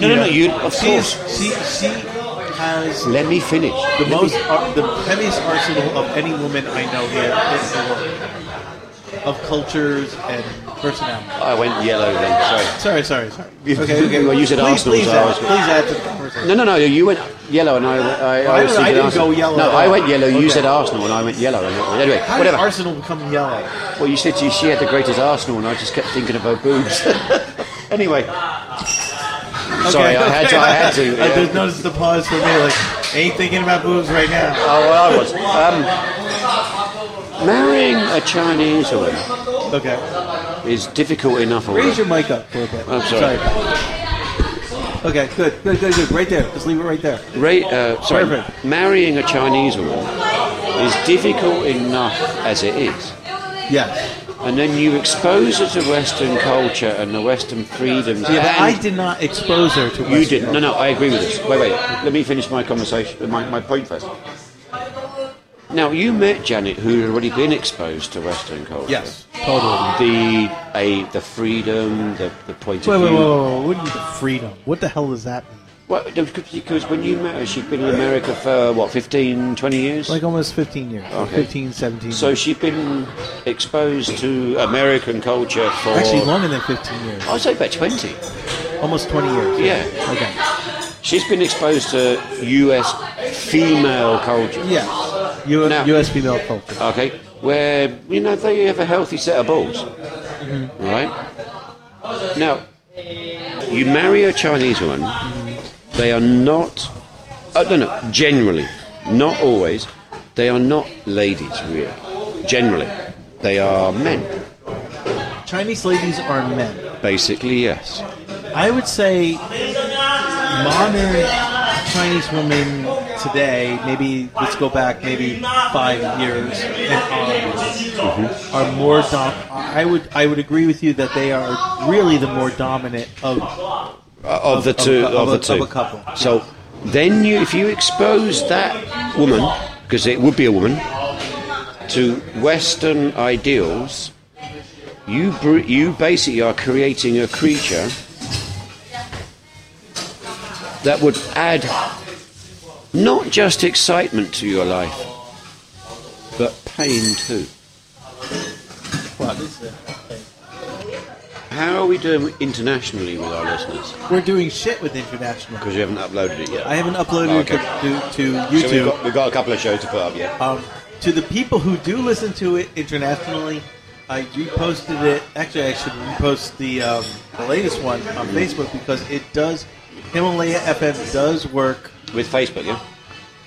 S3: No, no, no, you- of
S2: she is- she, she has the
S3: let me finish.
S2: most, ar- the heaviest arsenal of any woman I know here in the world of cultures and personalities.
S3: I went yellow then. Sorry.
S2: Sorry, sorry, sorry.
S3: You- well, you said
S2: please,
S3: arsenal,
S2: Please,
S3: so I
S2: add,
S3: was-
S2: please add to the conversation.
S3: No, no, no. You went yellow, and I. I, I,
S2: I
S3: was
S2: don't- I
S3: thinking
S2: didn't
S3: Arsenal.
S2: go yellow
S3: No,
S2: at
S3: I
S2: all.
S3: went yellow. You
S2: Okay.
S3: said Arsenal, and I went yellow. And, anyway,
S2: How did
S3: whatever.
S2: Arsenal become yellow?
S3: well, you said you, she had the greatest Arsenal, and I just kept thinking of her boobs. anyway. Sorry, I had to. I had to.
S2: I
S3: yeah.
S2: just noticed the pause for me. Like, ain't thinking about boobs right now.
S3: Oh, well, I was. Um, marrying a Chinese woman
S2: Okay,
S3: is difficult enough already.
S2: raise your mic up for a bit.
S3: I'm sorry.
S2: Okay, good, good, good, good. Right there. Just leave it right there.
S3: Ra- uh, sorry,
S2: Perfect.
S3: marrying a Chinese woman is difficult enough as it is.
S2: Yes.
S3: And then you expose her to Western culture and the Western freedoms.
S2: Yeah, but I
S3: and
S2: did not expose her to.
S3: you
S2: Western
S3: didn't. No,
S2: culture.
S3: no, I agree with this. Wait, wait. Let me finish my conversation, my, my point first. Now, you met Janet, who had already been exposed to Western culture.
S2: Yes.
S3: Ah.
S2: Totally.
S3: The, a, the freedom, the, the point
S2: Wait,
S3: of
S2: wait, wait,
S3: view.
S2: wait, wait. What is the freedom? What the hell does that mean?
S3: Well, because when you met her, she'd been in America for, what, 15, 20 years?
S2: Like almost 15 years.
S3: Okay.
S2: 15, 17.
S3: So she'd been exposed to American culture for.
S2: actually longer than 15 years.
S3: I'd say about 20.
S2: Almost 20 years.
S3: Yeah.
S2: Okay.
S3: She's been exposed to US female culture.
S2: Yes. U-
S3: Now-
S2: U.S. female culture.
S3: Okay. Where, you know, they have a healthy set of balls. Right? Now, you marry a Chinese woman, they are not. Oh, no, no. Generally, not always. They are not ladies, really. Generally, they are men.
S2: Chinese ladies are men.
S3: Basically, yes.
S2: I would say modern Chinese women today, maybe let's go back maybe five years and onwards, are more dom. I would I would agree with you that they are really the more dominant of
S3: Uh, of the
S2: Of-
S3: two,
S2: of
S3: of,
S2: a-
S3: the
S2: of
S3: two.
S2: a couple.
S3: So then, you, if you expose that woman, because it would be a woman, to Western ideals, you br- you basically are creating a creature that would add not just excitement to your life, but pain too.
S2: what is it?
S3: How are we doing internationally with our listeners?
S2: We're doing shit with international.
S3: Because you haven't uploaded it yet.
S2: I haven't uploaded
S3: Okay.
S2: it to, to, to
S3: So we've
S2: YouTube.
S3: got, we've got a couple of shows to put up yet.
S2: Um, to the people who do listen to it internationally, I reposted it. Actually, I should repost the um, the latest one on Facebook because it does. Himalaya FM does work
S3: With Facebook, yeah?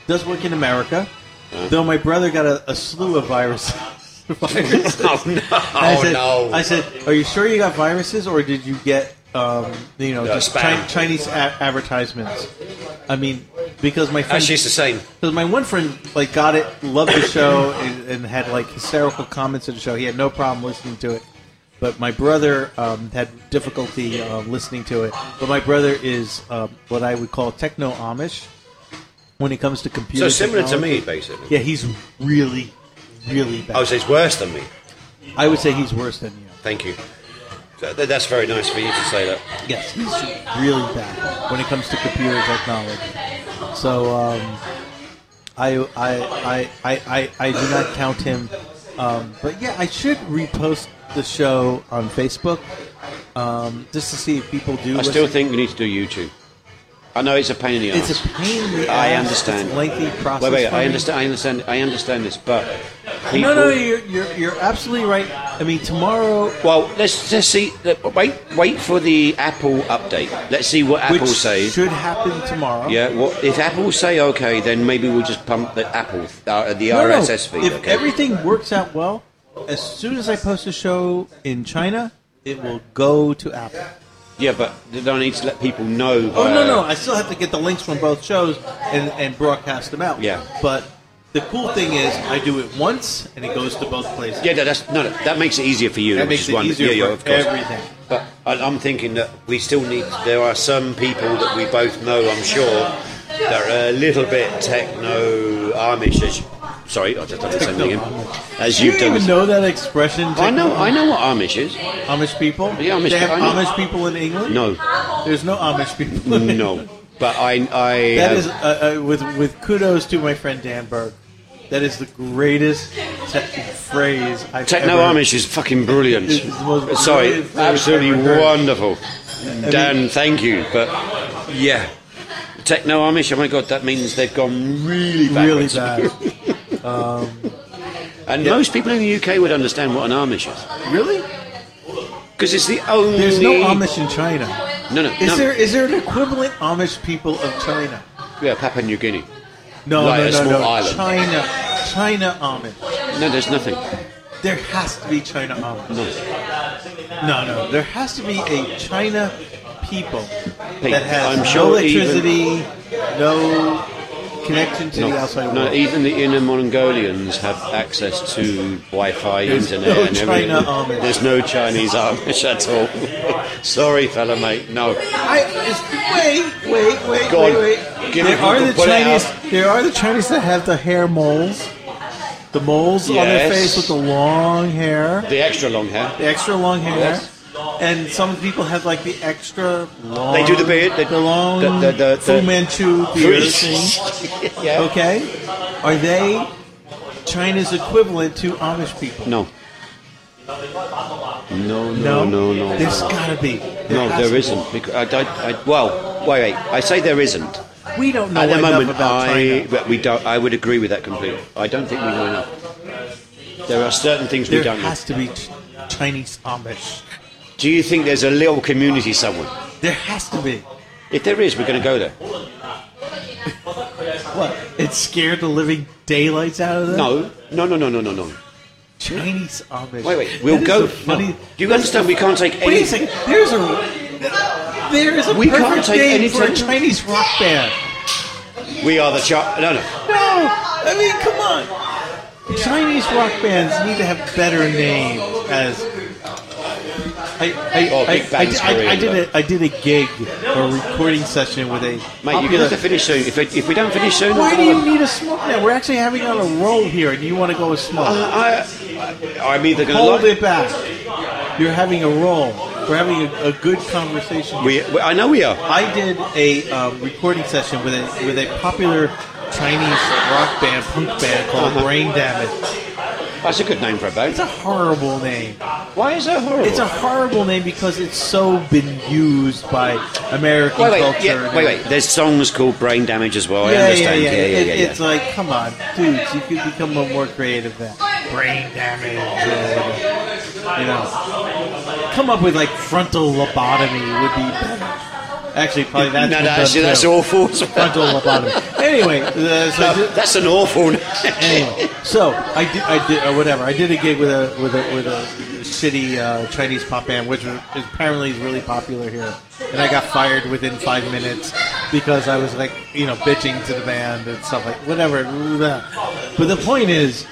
S2: does work in America. Though my brother got a, a slew of viruses. viruses.
S3: Oh, no.
S2: I said, I said, "Are you sure you got viruses, or did you get, um, you know,
S3: Yeah,
S2: just
S3: spam.
S2: Chi- Chinese a- advertisements?" I mean, because my friend
S3: Actually, it's the same.
S2: because my one friend like got it, loved the show, and, and had like hysterical comments on the show. He had no problem listening to it, but my brother um, had difficulty uh, listening to it. But my brother is uh, what I would call techno Amish when it comes to
S3: So
S2: computers.
S3: similar to me, basically.
S2: Yeah, he's really, really bad.
S3: I would say it's worse than me.
S2: I would say he's worse than you.
S3: Thank you. So th- that's very nice for you to say that.
S2: Yes, he's really bad when it comes to computer technology. So um, I, I, I, I, I, I do not count him. Um, but yeah, I should repost the show on Facebook um, just to see if people do.
S3: I
S2: listen.
S3: still think we need to do YouTube. I know it's a pain in the
S2: it's
S3: ass.
S2: a pain. In the
S3: I
S2: ass.
S3: understand.
S2: It's a lengthy process.
S3: wait, wait.
S2: for
S3: I
S2: me.
S3: understand. I understand. I understand this, but people.
S2: No, no, you're, you're, you're absolutely right. I mean, tomorrow,
S3: Well, let's just see. let- Wait, wait for the Apple update. Let's see what Apple
S2: which
S3: says.
S2: should happen tomorrow.
S3: Yeah, well, if Apple say okay, then maybe we'll just pump the Apple, uh, the
S2: No, no.
S3: RSS feed.
S2: If
S3: okay?
S2: everything works out well, as soon as I post a show in China, it will go to Apple.
S3: yeah, but they don't need to let people know.
S2: Oh no,
S3: uh,
S2: no, I still have to get the links from both shows and, and broadcast them out.
S3: Yeah.
S2: But the cool thing is, I do it once and it goes to both places.
S3: Yeah, no, that's no, no, that makes it easier for you.
S2: That
S3: which
S2: makes
S3: is
S2: it
S3: one,
S2: easier
S3: yeah, yeah,
S2: for
S3: of course.
S2: everything.
S3: But I, I'm thinking that we still need. There are some people that we both know. I'm sure that are a little bit techno Amish. As, sorry, I just done the same thing. again. As
S2: You
S3: you've
S2: don't even
S3: done.
S2: know that expression.
S3: I know. I know what Amish is.
S2: Amish people.
S3: Yeah, Amish
S2: They have
S3: people, I know.
S2: Amish people in England.
S3: No,
S2: there's no Amish people. in England.
S3: no. But I, I.
S2: That
S3: have-
S2: is uh, uh, with with kudos to my friend Dan Berg. That is the greatest te- phrase I've
S3: Techno
S2: ever.
S3: Amish is fucking brilliant.
S2: It's the most
S3: Sorry,
S2: brilliant thing I've
S3: absolutely
S2: ever heard.
S3: wonderful. Dan, thank you. But yeah, Techno Amish. Oh my god, that means they've gone really
S2: really
S3: backwards.
S2: bad.
S3: And most people in the UK would understand what an Amish is
S2: really?
S3: because it's the only.
S2: There's no Amish in China.
S3: No, no.
S2: Is
S3: no.
S2: there is there an equivalent Amish people of China?
S3: Yeah, Papua New Guinea.
S2: No,
S3: Like
S2: no, no,
S3: a small
S2: no.
S3: island.
S2: China, China Amish.
S3: No, there's nothing.
S2: There has to be China Amish.
S3: No.
S2: No, no. There has to be a China people
S3: Hey,
S2: that has
S3: I'm
S2: no
S3: sure
S2: electricity, no connection to
S3: No,
S2: the outside
S3: no,
S2: world.
S3: even the Inner Mongolians have access to Wi-Fi,
S2: There's
S3: internet,
S2: no
S3: and everything.
S2: China Amish.
S3: There's no Chinese Amish at all. Sorry, fella, mate. No.
S2: I, it's, wait, wait, wait,
S3: Go
S2: wait,
S3: on.
S2: wait.
S3: Give me-
S2: there are
S3: you
S2: the
S3: can pull it
S2: Chinese. There are the Chinese that have the hair moles, the moles on their
S3: Yes.
S2: face with the long hair,
S3: The extra long hair.
S2: the extra long hair,
S3: Yes.
S2: and some people have like the extra long.
S3: They do the beard, they-
S2: the long
S3: the- the- the-
S2: Fu
S3: the-
S2: Manchu beard thing.
S3: yeah.
S2: Okay, are they China's equivalent to Amish people?
S3: No. No,
S2: No,
S3: no, no, no.
S2: There's
S3: no.
S2: gotta be. There
S3: No,
S2: has to
S3: there
S2: be.
S3: isn't. Because I, don't- I, well, wait, wait. I say there isn't.
S2: We don't know
S3: At the
S2: enough
S3: moment,
S2: about
S3: I,
S2: China.
S3: but we don't. I would agree with that completely. I don't think we know enough. There are certain things we
S2: There
S3: don't know.
S2: has to be Ch- Chinese Amish.
S3: Do you think there's a little community somewhere?
S2: There has to be.
S3: If there is, we're going to go there.
S2: What? It scared the living daylights out of them?
S3: No, no, no, no, no, no, no.
S2: Chinese Amish.
S3: Wait, wait. We'll
S2: That is
S3: go.
S2: a Funny.
S3: No. Do you understand? We can't take
S2: Wait a
S3: any.
S2: second. There's a. There is a
S3: We can't
S2: perfect
S3: take
S2: name
S3: any
S2: for a
S3: Chinese-
S2: Chinese rock band.
S3: We are the chart. No, no.
S2: No, I mean, come on. Chinese rock bands need to have better names. As I, I,
S3: Oh,
S2: I,
S3: Big Bang
S2: I did- I- I
S3: Korean,
S2: did a, I did a gig or a recording session with a
S3: Mate, you're going to
S2: popular-
S3: have to finish soon. If we, if we don't finish soon,
S2: Why
S3: I'm
S2: do
S3: gonna-
S2: you need a smoke now? We're actually having on a roll here, and you want to go with smoke?
S3: I, I, I'm either going
S2: Hold
S3: to like.
S2: it back. You're having a roll. We're having a, a good conversation.
S3: We, we, I know we are.
S2: I did a um, recording session with a with a popular Chinese rock band, punk band called Brain Damage.
S3: That's a good name for a
S2: It's
S3: band.
S2: a horrible name.
S3: Why is that horrible?
S2: It's a horrible name because it's so been used by American
S3: wait, wait,
S2: culture. and
S3: yeah, wait, wait.
S2: everything.
S3: There's songs called Brain Damage as well. I
S2: Yeah, yeah, yeah,
S3: understand. Yeah, yeah, yeah.
S2: It-
S3: yeah,
S2: It's like, come on, dudes, you could become a more creative than brain damage. uh, you know, come up with like frontal lobotomy would be better. Actually, probably that's
S3: no,
S2: been
S3: no,
S2: done
S3: actually, that's
S2: too.
S3: awful.
S2: Frontal lobotomy. Anyway, uh, so I did-
S3: No, that's an awful.
S2: anyway, so I did, I did, or whatever. I did a gig with a with a with a shitty uh, Chinese pop band, which was- apparently is really popular here. And I got fired within five minutes because I was like, you know, bitching to the band and stuff like whatever. blah. But the point is,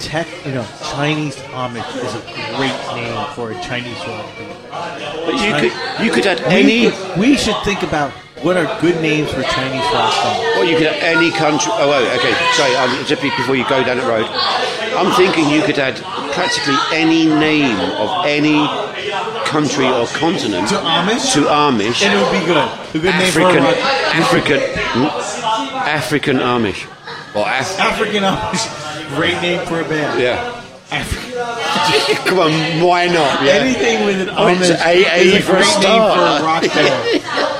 S2: tech, you know, Chinese Amish is a great name for a Chinese rock band.
S3: But you could, you could add
S2: We,
S3: any,
S2: could- we should think about what are good names for Chinese rock bands.
S3: or you could add any country. Oh, oh, okay. Sorry, um, just be- before you go down the road, I'm thinking you could add practically any name of any country or continent
S2: To Amish?
S3: To Amish.
S2: And it would be good. A good name for a rock
S3: African, African, hmm? African Amish, or Af-
S2: African Amish. Great name for a band.
S3: yeah.
S2: African.
S3: Come on, why not? Yeah.
S2: Anything with an
S3: Oh, it's
S2: Amish
S3: AA
S2: is a
S3: for a
S2: great
S3: start.
S2: name for a rock band.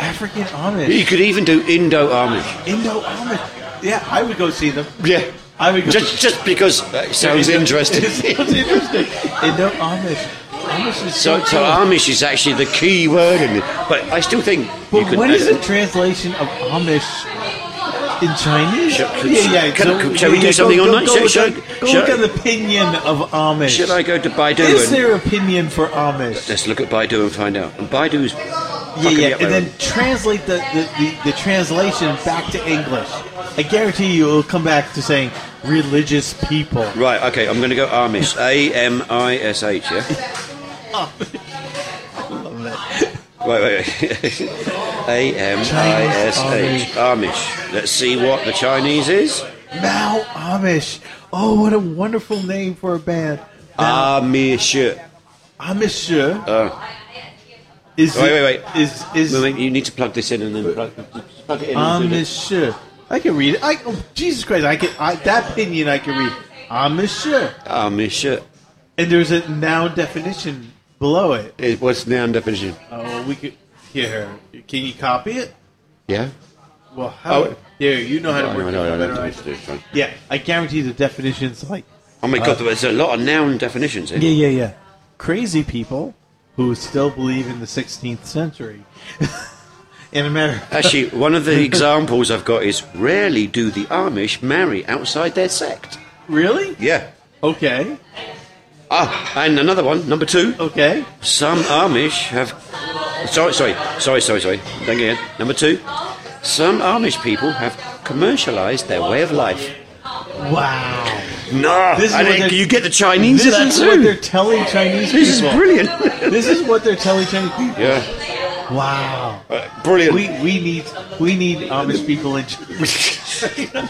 S2: African Amish.
S3: you could even do Indo Amish.
S2: Indo Amish. Yeah, I would go see them.
S3: Yeah.
S2: I would go
S3: Just, just because uh, it sounds interesting.
S2: It sounds interesting. Indo Amish. Amish is
S3: So,
S2: so,
S3: so
S2: cool.
S3: Amish is actually the key word in it, but I still think you
S2: But
S3: could.
S2: what is the translation of Amish in Chinese?
S3: Shall- can- can- shall we do
S2: go-
S3: something
S2: go,
S3: online?
S2: Go,
S3: Shall-
S2: look
S3: shall-
S2: at- go
S3: shall-
S2: look at the opinion of Amish.
S3: Should I go to Baidu?
S2: Is
S3: and,
S2: there opinion for Amish?
S3: let's look at Baidu and find out. And Baidu's
S2: Yeah,
S3: fucking me
S2: yeah,
S3: up
S2: and
S3: there.
S2: then translate the, the, the, the translation back to English. I guarantee you it'll come back to saying religious people.
S3: right. Okay, I'm going to go Amish. A M I S H. Yeah. Wait, wait, wait. A M I S H. Amish. Let's see what the Chinese is.
S2: Mao Amish. Oh, what a wonderful name for a band.
S3: Amish.
S2: Amish
S3: Oh.
S2: is
S3: Wait, wait, wait.
S2: is is
S3: Wait, wait, you need to plug this in and then plug, plug it in. and do this.
S2: Amish. I can read it. I oh, Jesus Christ, I can I, that opinion I can read. Amish.
S3: Ah, Amish.
S2: And there's a noun definition below it.
S3: It- What's the noun definition?
S2: Oh, we could here. Can you copy it?
S3: Yeah.
S2: Well, how?
S3: Oh.
S2: There, you know how to
S3: No,
S2: work.
S3: no,
S2: it
S3: no, no,
S2: better
S3: no,
S2: than I
S3: it's- it's fine.
S2: Yeah, I guarantee the definition's like.
S3: Oh my god, there's a lot of noun definitions here.
S2: Yeah, yeah, yeah. Crazy people who still believe in the 16th century in America.
S3: Actually, one of the examples I've got is rarely do the Amish marry outside their sect.
S2: Really?
S3: Yeah.
S2: Okay.
S3: Ah, and another one, number two.
S2: Okay.
S3: Some Amish have. Sorry, sorry, sorry, sorry, sorry. Don't get it. Number two. Some Amish people have commercialized their way of life.
S2: Wow.
S3: No,
S2: This is
S3: I
S2: what
S3: think
S2: they're-
S3: you get the Chinese
S2: This
S3: in that
S2: is what they're
S3: too.
S2: telling Chinese
S3: This is
S2: people.
S3: brilliant.
S2: This is what they're telling Chinese people.
S3: yeah,
S2: Wow.
S3: uh, brilliant.
S2: We we need we need Amish people in China.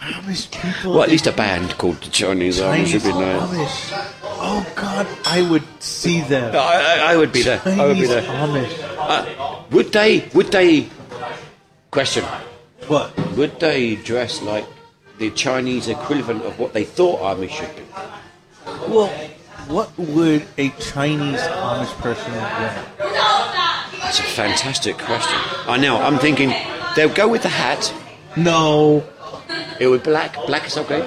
S2: Amish people.
S3: well, at
S2: in
S3: least a band called the Chinese Amish
S2: Chinese
S3: should be nice.
S2: Amish. Oh God, I would see them.
S3: I, I, I would be there. I would be
S2: Chinese
S3: there.
S2: Amish.
S3: Uh, would they? Would they? Question:
S2: What?
S3: Would they dress like the Chinese equivalent of what they thought Amish should do?
S2: Well, what would a Chinese Amish person wear?
S3: That's a fantastic question. I know. I'm thinking they'll go with the hat.
S2: No,
S3: It would be black. Black is okay.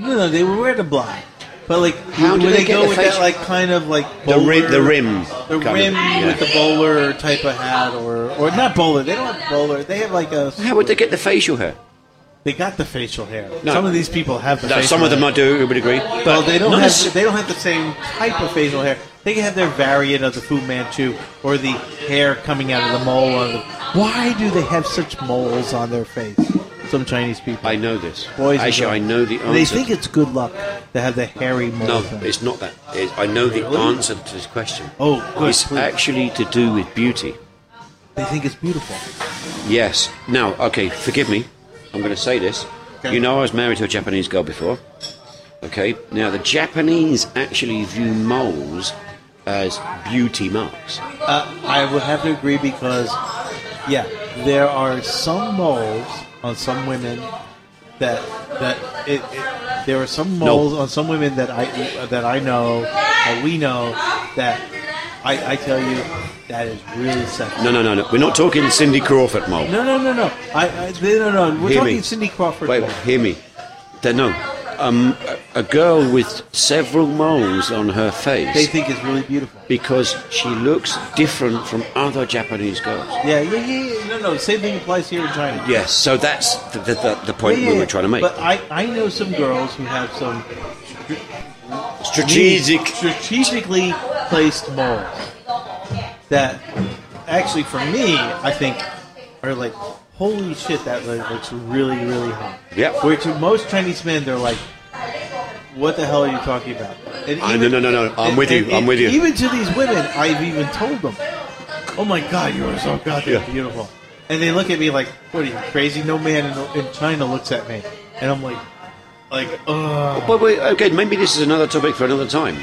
S2: no, no, they would wear the black. But like,
S3: How do
S2: would
S3: they
S2: they,
S3: get
S2: go
S3: the
S2: with
S3: face-
S2: that like kind of like
S3: The ri-
S2: bowler-
S3: the rim
S2: the
S3: kind of-
S2: rim
S3: yeah.
S2: with the bowler type of hat, or or not bowler? They don't have bowler. They have like a
S3: How would they get the facial hair?
S2: They got the facial hair.
S3: No.
S2: Some of these people have the
S3: No,
S2: facial
S3: some of
S2: hair.
S3: them I do would agree.
S2: Well, they don't
S3: Not
S2: have
S3: necess-
S2: they don't have the same type of facial hair. They can have their variant of the Fu Manchu or the hair coming out of the mole. On the, why do they have such moles on their face? Some Chinese people,
S3: I know this.
S2: boys, and
S3: Actually, I
S2: girls.
S3: know the answer.
S2: They think it's good luck to have the hairy mole.
S3: no,
S2: thing.
S3: it's not that. It's- I know the answer to this question.
S2: Oh, good,
S3: It's
S2: please.
S3: actually to do with beauty.
S2: they think it's beautiful.
S3: Yes. Now, okay, forgive me. I'm going to say this.
S2: Okay.
S3: You know, I was married to a Japanese girl before. Okay. Now, the Japanese actually view moles as beauty marks.
S2: Uh, I would have to agree because, yeah, there are some moles on some women that that it, it, there are some moles on some women that I that I know that we know that I, I tell you that is really sexy.
S3: No, no, no, no. We're not talking Cindy Crawford mole.
S2: No, no, no, no. I, I no, no, no. We're
S3: Hear
S2: talking
S3: me.
S2: Cindy Crawford.
S3: Wait,
S2: mole.
S3: hear me. Then, no. Um, a, a girl with several moles on her face
S2: They think it's really beautiful.
S3: because she looks different from other Japanese girls.
S2: Yeah, yeah, yeah, yeah. No, no. Same thing applies here in China.
S3: Yes, so that's the, the, the, the point
S2: Yeah, yeah,
S3: we were
S2: yeah.
S3: trying to make.
S2: But I, I know some girls who have some
S3: Strategic.
S2: strategically placed moles that actually for me i think are like holy shit that lo- looks really really hot
S3: Yep.
S2: where to most chinese men they're like what the hell are you talking about and
S3: Ah, no, no, no, no. I'm with you. I'm with you.
S2: even to these women i've even told them oh my god you are so goddamn
S3: Yeah.
S2: beautiful and they look at me like what are you crazy no man in, in china looks at me and i'm like like uh
S3: Well, wait, okay, maybe this is another topic for another time.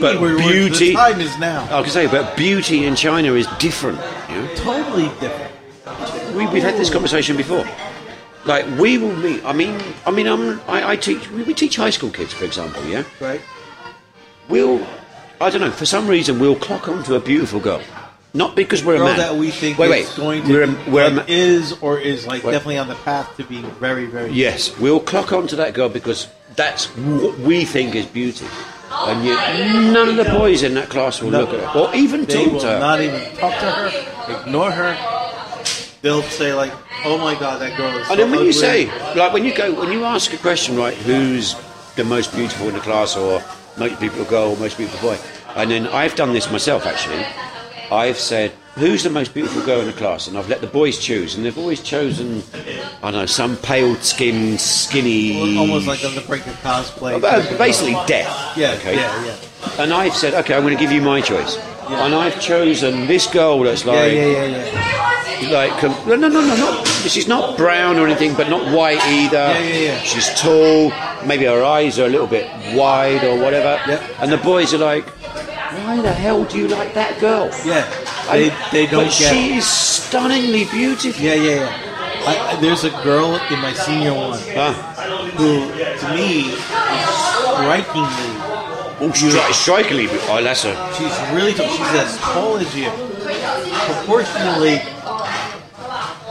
S3: But
S2: we're- we're- the
S3: beauty,
S2: time is now
S3: I can say, but beauty in China is different. You know?
S2: totally different
S3: we, we've had this conversation before. Like we will meet. I mean, I mean, I'm, I, I teach. We, we teach high school kids, for example. Yeah,
S2: right
S3: we'll. I don't know. For some reason, we'll clock onto a beautiful girl, not because we're a
S2: girl
S3: man.
S2: that we think
S3: wait,
S2: is
S3: wait.
S2: going to
S3: We're a,
S2: be-
S3: we're a ma-
S2: like, is or is like
S3: Wait.
S2: definitely on the path to being very very
S3: Yes, we'll clock on to that girl because that's what we think is beauty. And yet, none of the boys in that class will
S2: No.
S3: look at her or even
S2: they
S3: talk
S2: will
S3: to her.
S2: not even talk to her ignore her they'll say like oh my god that girl is so
S3: And then when you
S2: ugly.
S3: say, like, when you go, when you ask a question, right, who's the most beautiful in the class, or most beautiful girl, or most beautiful boy, and then I've done this myself actually. I've said, who's the most beautiful girl in the class, and I've let the boys choose, and they've always chosen, I don't know, some pale-skinned, skinny,
S2: almost like on the brink of cosplay
S3: Well, basically death.
S2: yeah
S3: Okay.
S2: yeah yeah
S3: And I've said, okay, I'm going to give you my choice, and I've chosen this girl that's
S2: yeah
S3: like,
S2: yeah yeah yeah
S3: like com- no no no no not she's not brown or anything but not white either
S2: Yeah, yeah, yeah.
S3: she's tall maybe her eyes are a little bit wide or whatever
S2: Yep.
S3: and the boys are like why the hell do you like that girl
S2: yeah
S3: And-
S2: they, they don't
S3: but
S2: get it.
S3: she is stunningly beautiful
S2: yeah yeah yeah I, I- there's a girl in my senior one
S3: Ah,
S2: who to me is strikingly
S3: oh, stri- strikingly be- oh that's a
S2: She's really tall. She's as tall as you. Proportionally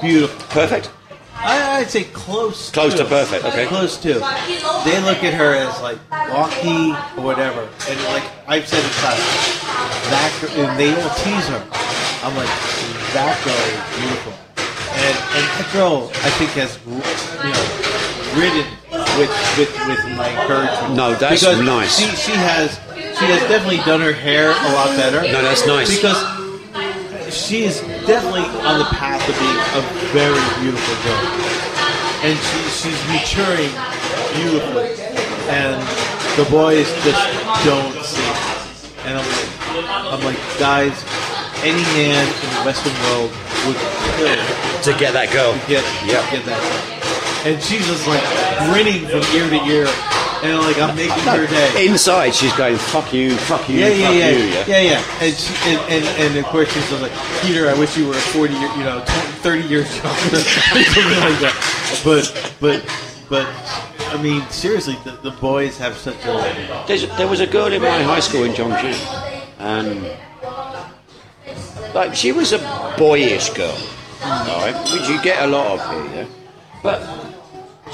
S2: beautiful.
S3: perfect
S2: I, I'd say close.
S3: Close
S2: to
S3: to perfect, okay.
S2: Close to. They look at her as like walkie or whatever, and like I've said in class, that girl, and they all tease her. I'm like, that girl is beautiful, and and that girl I think has you know ridden with with with my encouragement.
S3: No, that's
S2: because
S3: nice.
S2: She she has she has definitely done her hair a lot better.
S3: No, that's nice.
S2: Because she is definitely on the path of being a very beautiful girl, and she, she's maturing beautifully. And the boys just don't see. it. And I'm like, I'm like, guys, any man in the Western world would kill to
S3: to get that girl
S2: get
S3: Yeah.
S2: to get that. girl. And she's just like grinning from ear to ear, and like I'm making her day.
S3: inside she's going fuck you fuck you
S2: Yeah, yeah,
S3: fuck
S2: yeah,
S3: you
S2: yeah, yeah, And, she, and, and and of course she's just like, Peter, I wish you were a forty year, you know, 20, thirty years younger, something like that. But but but I mean, seriously, the, the boys have such a
S3: There's, there was a girl in my high school in Chongqing, and like she was a boyish girl, right? Which you get a lot of here, yeah? but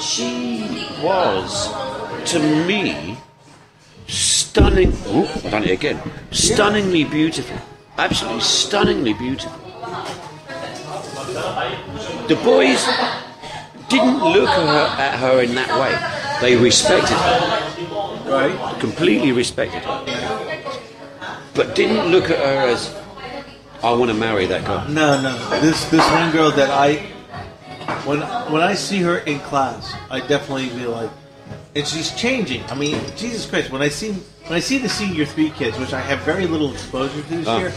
S3: she was to me stunning. Oop, I've done it again. Stunningly beautiful, absolutely stunningly beautiful. The boys didn't look at her, at her in that way. They respected her. Right. Completely respected her. But didn't look at her as, I want to marry that guy.
S2: No, no. This this one girl that I when when I see her in class, I definitely be like, and she's changing. I mean, Jesus Christ! When I see when I see the senior three kids, which I have very little exposure to this
S3: Ah.
S2: year,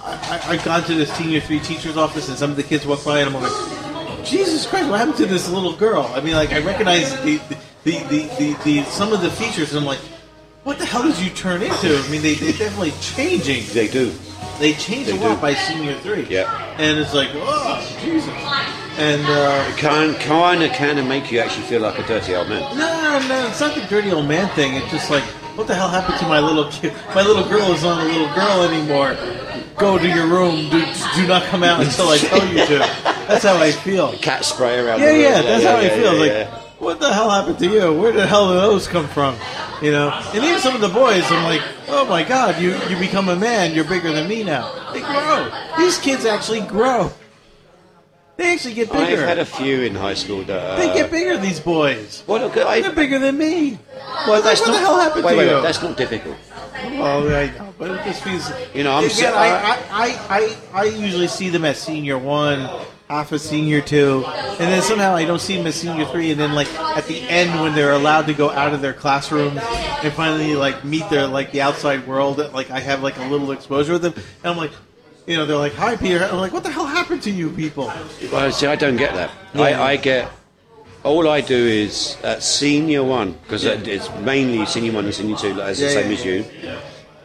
S2: I, I, I've gone to the senior three teacher's office, and some of the kids walk by, and I'm like, Jesus Christ! What happened to this little girl? I mean, like I recognize the the the, the, the, some of the features, and I'm like. What the hell did you turn into? I mean, they, they're definitely changing.
S3: They do.
S2: They changed
S3: They
S2: a lot
S3: do.
S2: by senior three.
S3: Yeah.
S2: And it's like, oh, Jesus. And, uh,
S3: Kind, kind of kind of make you actually feel like a dirty old man.
S2: no, no, it's not the dirty old man thing. It's just like, what the hell happened to my little kid? My little girl is not a little girl anymore. Go to your room. Do, do not come out until I tell you to. That's how I feel.
S3: Cat spray around
S2: Yeah,
S3: the room.
S2: yeah, that's how
S3: yeah,
S2: I feel.
S3: yeah,
S2: like,
S3: yeah.
S2: what the hell happened to you? Where the hell did those come from? You know, and even some of the boys, I'm like, oh my god, you you become a man, you're bigger than me now. They grow. These kids actually grow. They actually get
S3: I've
S2: bigger.
S3: had a few in high school that. Uh,
S2: they get bigger. These boys.
S3: Well, look, I,
S2: They're bigger than me.
S3: well,
S2: What the hell happened
S3: wait,
S2: to
S3: wait,
S2: you?
S3: Wait, that's not difficult.
S2: Oh, I know, but it just feels.
S3: You know, I'm
S2: Again,
S3: so-
S2: I, I, I, I usually see them as senior one, half a senior two, and then somehow I don't see them as senior three, and then like at the end when they're allowed to go out of their classrooms and finally like meet their like the outside world, like I have like a little exposure with them, and I'm like, you know, they're like, "Hi, Peter," I'm like, "What the hell happened to you people?"
S3: Well, see, I don't get that.
S2: Yeah.
S3: I, I get. All I do is at senior one because it's mainly senior one and senior two, like, it's the
S2: Yeah,
S3: same
S2: yeah,
S3: as you.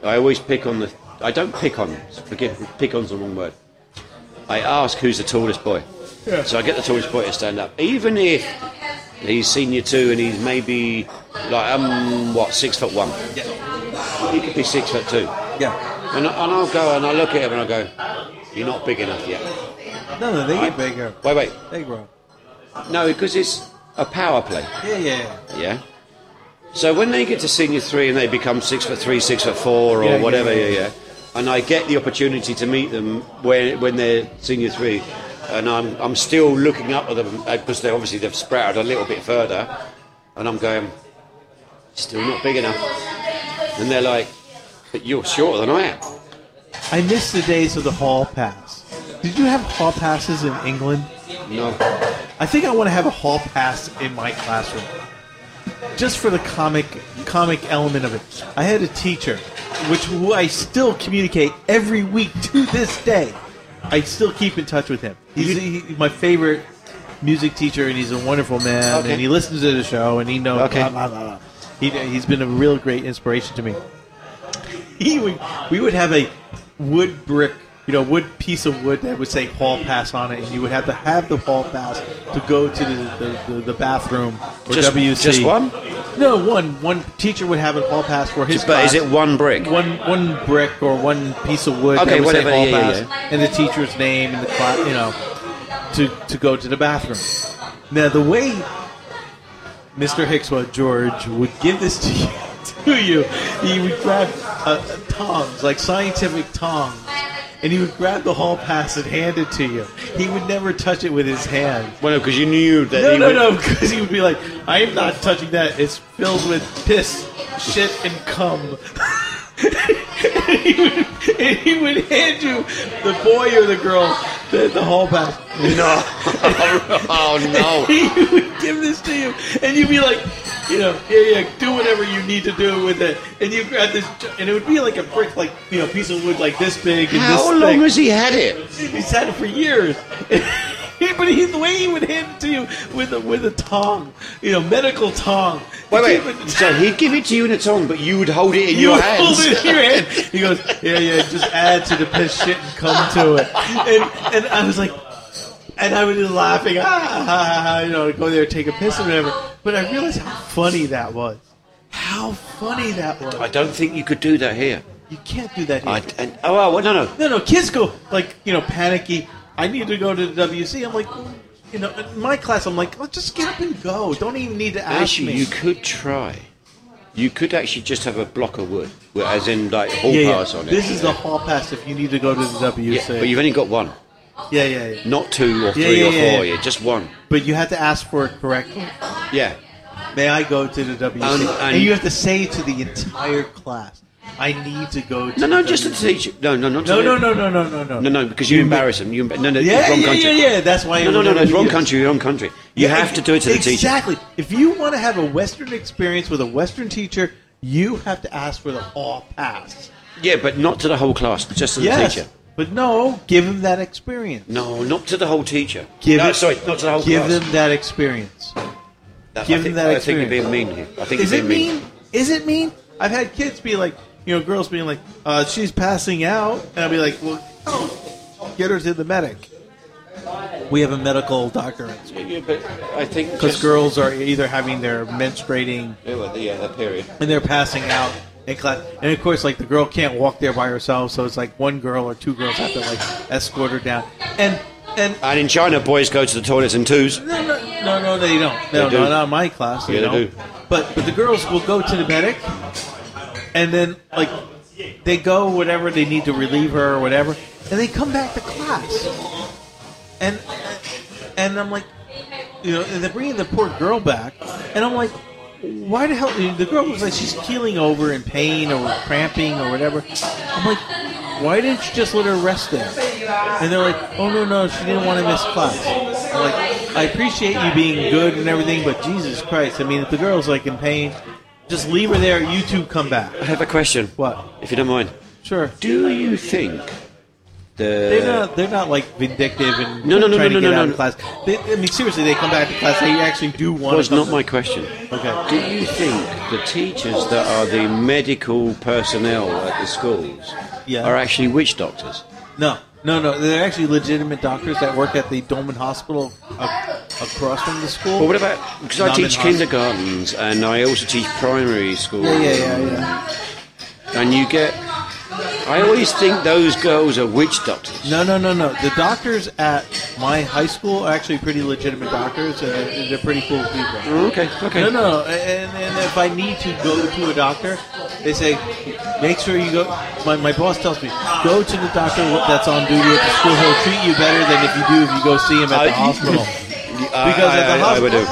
S3: I always pick on the. I don't pick on. Forgive. Pick on's the wrong word. I ask who's the tallest boy. So I get the tallest boy to stand up, even if he's senior two and he's maybe like um what six foot one. He could be six foot two.
S2: Yeah,
S3: And, I- and I'll go and I look at him and I go, you're not big enough yet.
S2: no, no, they get bigger,
S3: Wait, wait.
S2: they grow.
S3: No, because it's a power play.
S2: Yeah, yeah, yeah.
S3: Yeah. So when they get to senior three and they become six foot three, six foot four, or
S2: Yeah, yeah,
S3: whatever,
S2: yeah,
S3: yeah, yeah, And I get the opportunity to meet them when when they're senior three, and I'm I'm still looking up at them because they obviously they've sprouted a little bit further, and I'm going, still not big enough. And they're like, but you're shorter than I am.
S2: I miss the days of the hall pass. Did you have hall passes in England?
S3: No.
S2: I think I want to have a hall pass in my classroom, just for the comic comic element of it. I had a teacher, which who I still communicate every week to this day. I still keep in touch with him. He's, he, he's my favorite music teacher, and he's a wonderful man.
S3: Okay.
S2: And he listens to the show, and he knows.
S3: Okay.
S2: Blah, blah, blah, blah. He, he's been a real great inspiration to me he would, we would have a wood brick, you know, wood piece of wood that would say hall pass on it, and you would have to have the hall pass to go to the, the, the, the bathroom or
S3: Just-
S2: WC.
S3: just one?
S2: No, one. One teacher would have a hall pass for his.
S3: But is
S2: class.
S3: it one brick?
S2: One one brick or one piece of wood
S3: Okay,
S2: that would
S3: whatever,
S2: say hall
S3: yeah, yeah,
S2: pass and the teacher's name and the class, you know, to to go to the bathroom. Now the way Mr. Hickswa George would give this to you. To you, he would grab uh, tongs, like scientific tongs, and he would grab the hall pass and hand it to you. He would never touch it with his hand.
S3: Well, because you knew that.
S2: No,
S3: he
S2: no,
S3: would-
S2: no, because he would be like, I am not touching that. It's filled with piss, shit, and cum. and, he would, and he would hand you the boy or the girl the, the hall pass.
S3: No. oh no.
S2: He would give this to you, and you'd be like, you know, yeah, yeah, do whatever you need to do with it. And you grab this, ju- and it would be like a brick, like you know, piece of wood, like this big. And
S3: How
S2: this
S3: long
S2: thick.
S3: has he had it?
S2: He's had it for years. but he, the way he would hand it to you with a with a tong, you know, medical tong.
S3: Wait,
S2: He
S3: wait.
S2: would-
S3: So he'd give it to you in a tongue, but you would hold it in
S2: you
S3: your
S2: would hold
S3: hands.
S2: it in your hand. He goes, yeah, yeah, just add to the piss shit and come to it. And and I was like, and I was just laughing, ah, ha, ha, ha, you know, go there, take a piss or whatever. But I realized how funny that was. How funny that was.
S3: I don't think you could do that here.
S2: you can't do that. Here.
S3: I, and, oh, well, no, no.
S2: No, no, kids go like you know panicky. I need to go to the WC. I'm like, you know, in my class, I'm like, well, just get up and go. Don't even need to ask
S3: Actually,
S2: me.
S3: you could try. You could actually just have a block of wood, where- as in like hall
S2: yeah, yeah.
S3: pass on it.
S2: This is the hall pass if you need to go to the WC.
S3: yeah, but you've only got one.
S2: Yeah, yeah, yeah.
S3: Not two or
S2: Yeah,
S3: three
S2: yeah, yeah,
S3: or four,
S2: yeah.
S3: yeah, just one.
S2: But you have to ask for it correctly.
S3: Yeah.
S2: May I go to the WC?
S3: And-
S2: And,
S3: and-
S2: you have to say to the entire class, "I need to go." to
S3: No, no,
S2: the
S3: just to
S2: WC."
S3: the teacher. No, no, not to
S2: No,
S3: the-
S2: no, no, no, no, no, no,
S3: No, no, because you
S2: You-
S3: embarrass them. You emba- no, no, it's
S2: Yeah,
S3: wrong
S2: yeah,
S3: country.
S2: yeah, yeah. That's why.
S3: No,
S2: it
S3: no,
S2: will
S3: no, no,
S2: never
S3: it's
S2: be
S3: wrong
S2: used.
S3: country. Wrong country. You
S2: Yeah,
S3: have to do it to the teacher.
S2: Exactly. If you want to have a Western experience with a Western teacher, you have to ask for the hall pass.
S3: Yeah, but not to the whole class, just to the
S2: yes,
S3: teacher.
S2: but no, give him that experience.
S3: No, not to the whole teacher.
S2: Give
S3: no,
S2: it-
S3: sorry, not to the whole
S2: Give
S3: class.
S2: them that experience.
S3: I
S2: give
S3: think,
S2: them that
S3: I think you're being
S2: experience.
S3: mean here. I think
S2: Is
S3: you're
S2: it
S3: being
S2: mean? Is it mean? I've had kids be like, you know, girls being like, uh, she's passing out, and I'll be like, well, get her to the medic. We have a medical doctor
S3: Yeah, but I think
S2: because
S3: just-
S2: girls are either having their menstruating
S3: Yeah, well, yeah, that uh, period.
S2: and they're passing out in class. And of course, like the girl can't walk there by herself, so it's like one girl or two girls have to like escort her down. And and
S3: And in China, boys go to the toilets in twos.
S2: no, no, no, no they don't. No,
S3: They do.
S2: no, not in my class. They
S3: Yeah, they
S2: don't.
S3: do.
S2: But but the girls will go to the medic, and then like they go whatever they need to relieve her or whatever, and they come back to class, and and I'm like, you know, and they're bringing the poor girl back, and I'm like, why the hell? The girl was like, she's keeling over in pain or cramping or whatever. I'm like, why didn't you just let her rest there? And they're like, oh no no, she didn't want to miss class. I'm like, I appreciate you being good and everything, but Jesus Christ, I mean, if the girl's like in pain, just leave her there. You two come back.
S3: I have a question.
S2: What?
S3: If you don't mind.
S2: Sure.
S3: Do you think
S2: They're
S3: the.
S2: not. They're not like vindictive and
S3: No, no, no,
S2: trying
S3: no,
S2: to
S3: no,
S2: get
S3: no,
S2: out
S3: no.
S2: of class. They, I mean, seriously, they come back to class. They actually do want.
S3: That was
S2: to
S3: not
S2: come
S3: my question.
S2: Okay.
S3: Do you think the teachers that are the medical personnel at the schools
S2: Yeah.
S3: are actually witch doctors?
S2: No, no, no. They're actually legitimate doctors that work at the Dolman Hospital a- across from the school.
S3: Well, what about because I
S2: Not in
S3: teach
S2: hospital.
S3: kindergartens and I also teach primary school.
S2: Yeah, yeah, yeah, yeah.
S3: And you get, I always think those girls are witch doctors.
S2: No, no, no, no. The doctors at my high school are actually pretty legitimate doctors, and they're, they're pretty cool people.
S3: Okay, okay.
S2: No, no, and, and if I need to go to a doctor, they say, make sure you go. My, my boss tells me, go to the doctor that's on duty at the school. He'll treat you better than if you do if you go see him at
S3: I-
S2: the hospital.
S3: I-
S2: because
S3: I-
S2: at the
S3: I- I would
S2: hospital,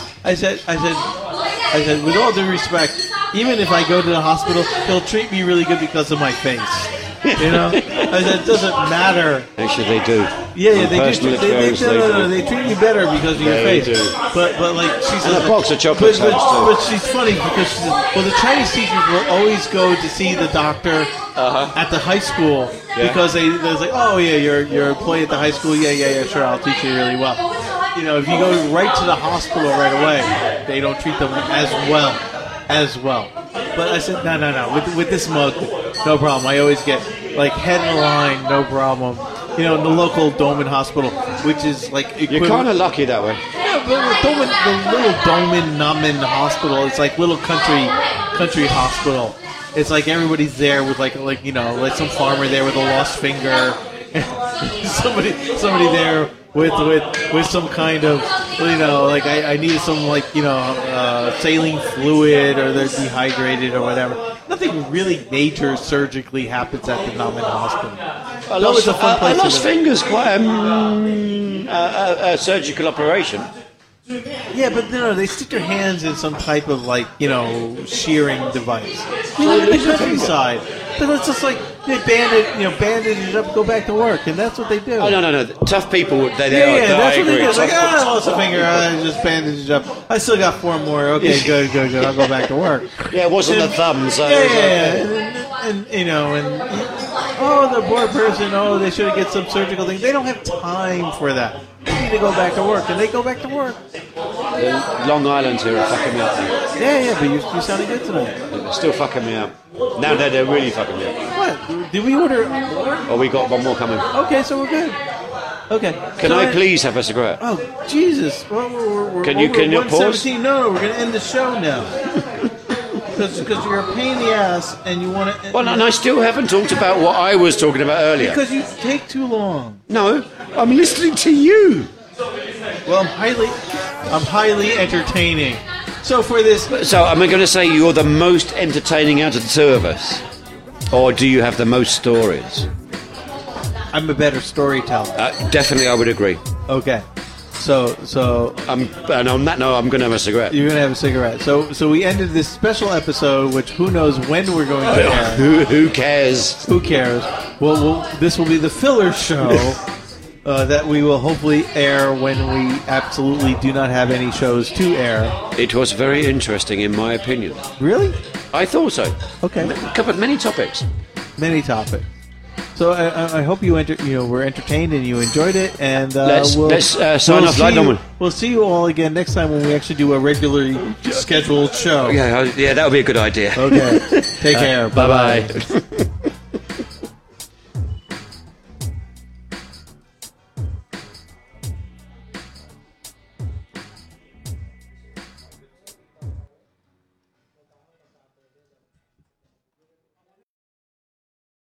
S3: have-
S2: I, said, I said, I said, I said, with all due respect, even if I go to the hospital, he'll treat me really good because of my face. You know, I said, it doesn't matter.
S3: Actually, they do.
S2: Yeah, yeah,
S3: From
S2: they just
S3: personal
S2: they, they,
S3: experience,
S2: no, no, no,
S3: do.
S2: they treat you better because of your
S3: They
S2: face.
S3: do.
S2: But but like she's
S3: And a box of chocolates
S2: But,
S3: helps, too.
S2: but, but she's funny because she says, well, the Chinese teachers will always go to see the doctor at the high school
S3: Yeah.
S2: because they they're like, oh yeah, you're you're employee at the high school. Yeah, yeah, yeah, sure, I'll teach you really well. You know, if you go right to the hospital right away, they don't treat them as well as well. But I said, no, no, no. With, with this mug, no problem. I always get like head in line, no problem. You know, in the local Doman Hospital, which is like
S3: You're
S2: equivalent-
S3: kind of lucky that way.
S2: yeah, but the, Doman, the little Doman Naman Hospital, it's like little country country hospital. It's like everybody's there with like like you know like some farmer there with a lost finger, somebody somebody there with with with some kind of you know like I, I needed some like you know uh, saline fluid or they're dehydrated or whatever. Nothing really nature surgically happens at the Naman Hospital.
S3: I
S2: No,
S3: lost,
S2: it's
S3: uh,
S2: a fun
S3: I, I
S2: place to
S3: lost
S2: live.
S3: fingers quite um, a, a, a surgical operation.
S2: Yeah, but no, they stick their hands in some type of like you know shearing device.
S3: Yeah,
S2: Like the
S3: it's a
S2: countryside, but it's just like they bandage, you know, bandage it up, go back to work, and that's what they do.
S3: Oh no no no! Tough people. They, they
S2: yeah,
S3: are.
S2: yeah,
S3: no,
S2: that's
S3: I
S2: what they
S3: agree.
S2: do. It's like,
S3: Tough-
S2: ah, I lost a finger, I just bandage it up. I still got four more. Okay, good, good, good. I'll go back to work.
S3: Yeah, it wasn't the thumbs. So
S2: Yeah,
S3: it was uh, like-
S2: yeah, yeah. And, and, you know, and oh, the poor person. Oh, they should get some surgical thing. They don't have time for that. They need to go back to work, and they go back to work.
S3: The Long Island here are fucking me up.
S2: Yeah, yeah, but you, you sounded good tonight.
S3: They're still fucking me up. Now they're, they're really fucking me up.
S2: What? Did we order?
S3: Oh, we got one more coming.
S2: Okay, so we're good. Okay.
S3: Can I please have a cigarette?
S2: Oh Jesus! We're, we're, we're
S3: Can you-
S2: over
S3: can you pause?
S2: 117. No, no, we're gonna end the show now. Because you're a pain in the ass and you want to.
S3: Well, and I still haven't talked about what I was talking about earlier.
S2: Because you take too long.
S3: No, I'm listening to you.
S2: Well, I'm highly, I'm highly entertaining. So for this,
S3: So, am I going to say you're the most entertaining out of the two of us? Or do you have the most stories?
S2: I'm a better storyteller.
S3: Uh, definitely, I would agree.
S2: Okay. So so
S3: Um, and on that note, I'm going to have a cigarette.
S2: you're gonna have a cigarette. So so we ended this special episode, which who knows when we're going to air.
S3: Who, who cares?
S2: Who cares? Well, we'll this will be the filler show uh, that we will hopefully air when we absolutely do not have any shows to air.
S3: It was very interesting, in my opinion.
S2: Really?
S3: I thought so.
S2: Okay.
S3: Covered many topics.
S2: Many topics. So I, I, I hope you enter, you know were entertained and you enjoyed it. And uh,
S3: Let's-
S2: we'll,
S3: let's, uh, sign
S2: we'll
S3: off
S2: see
S3: like
S2: you-
S3: normal.
S2: We'll see you all again next time when we actually do a regularly scheduled show.
S3: Yeah, I- yeah, that would be a good idea.
S2: Okay. Take care. bye bye.
S3: Bye bye.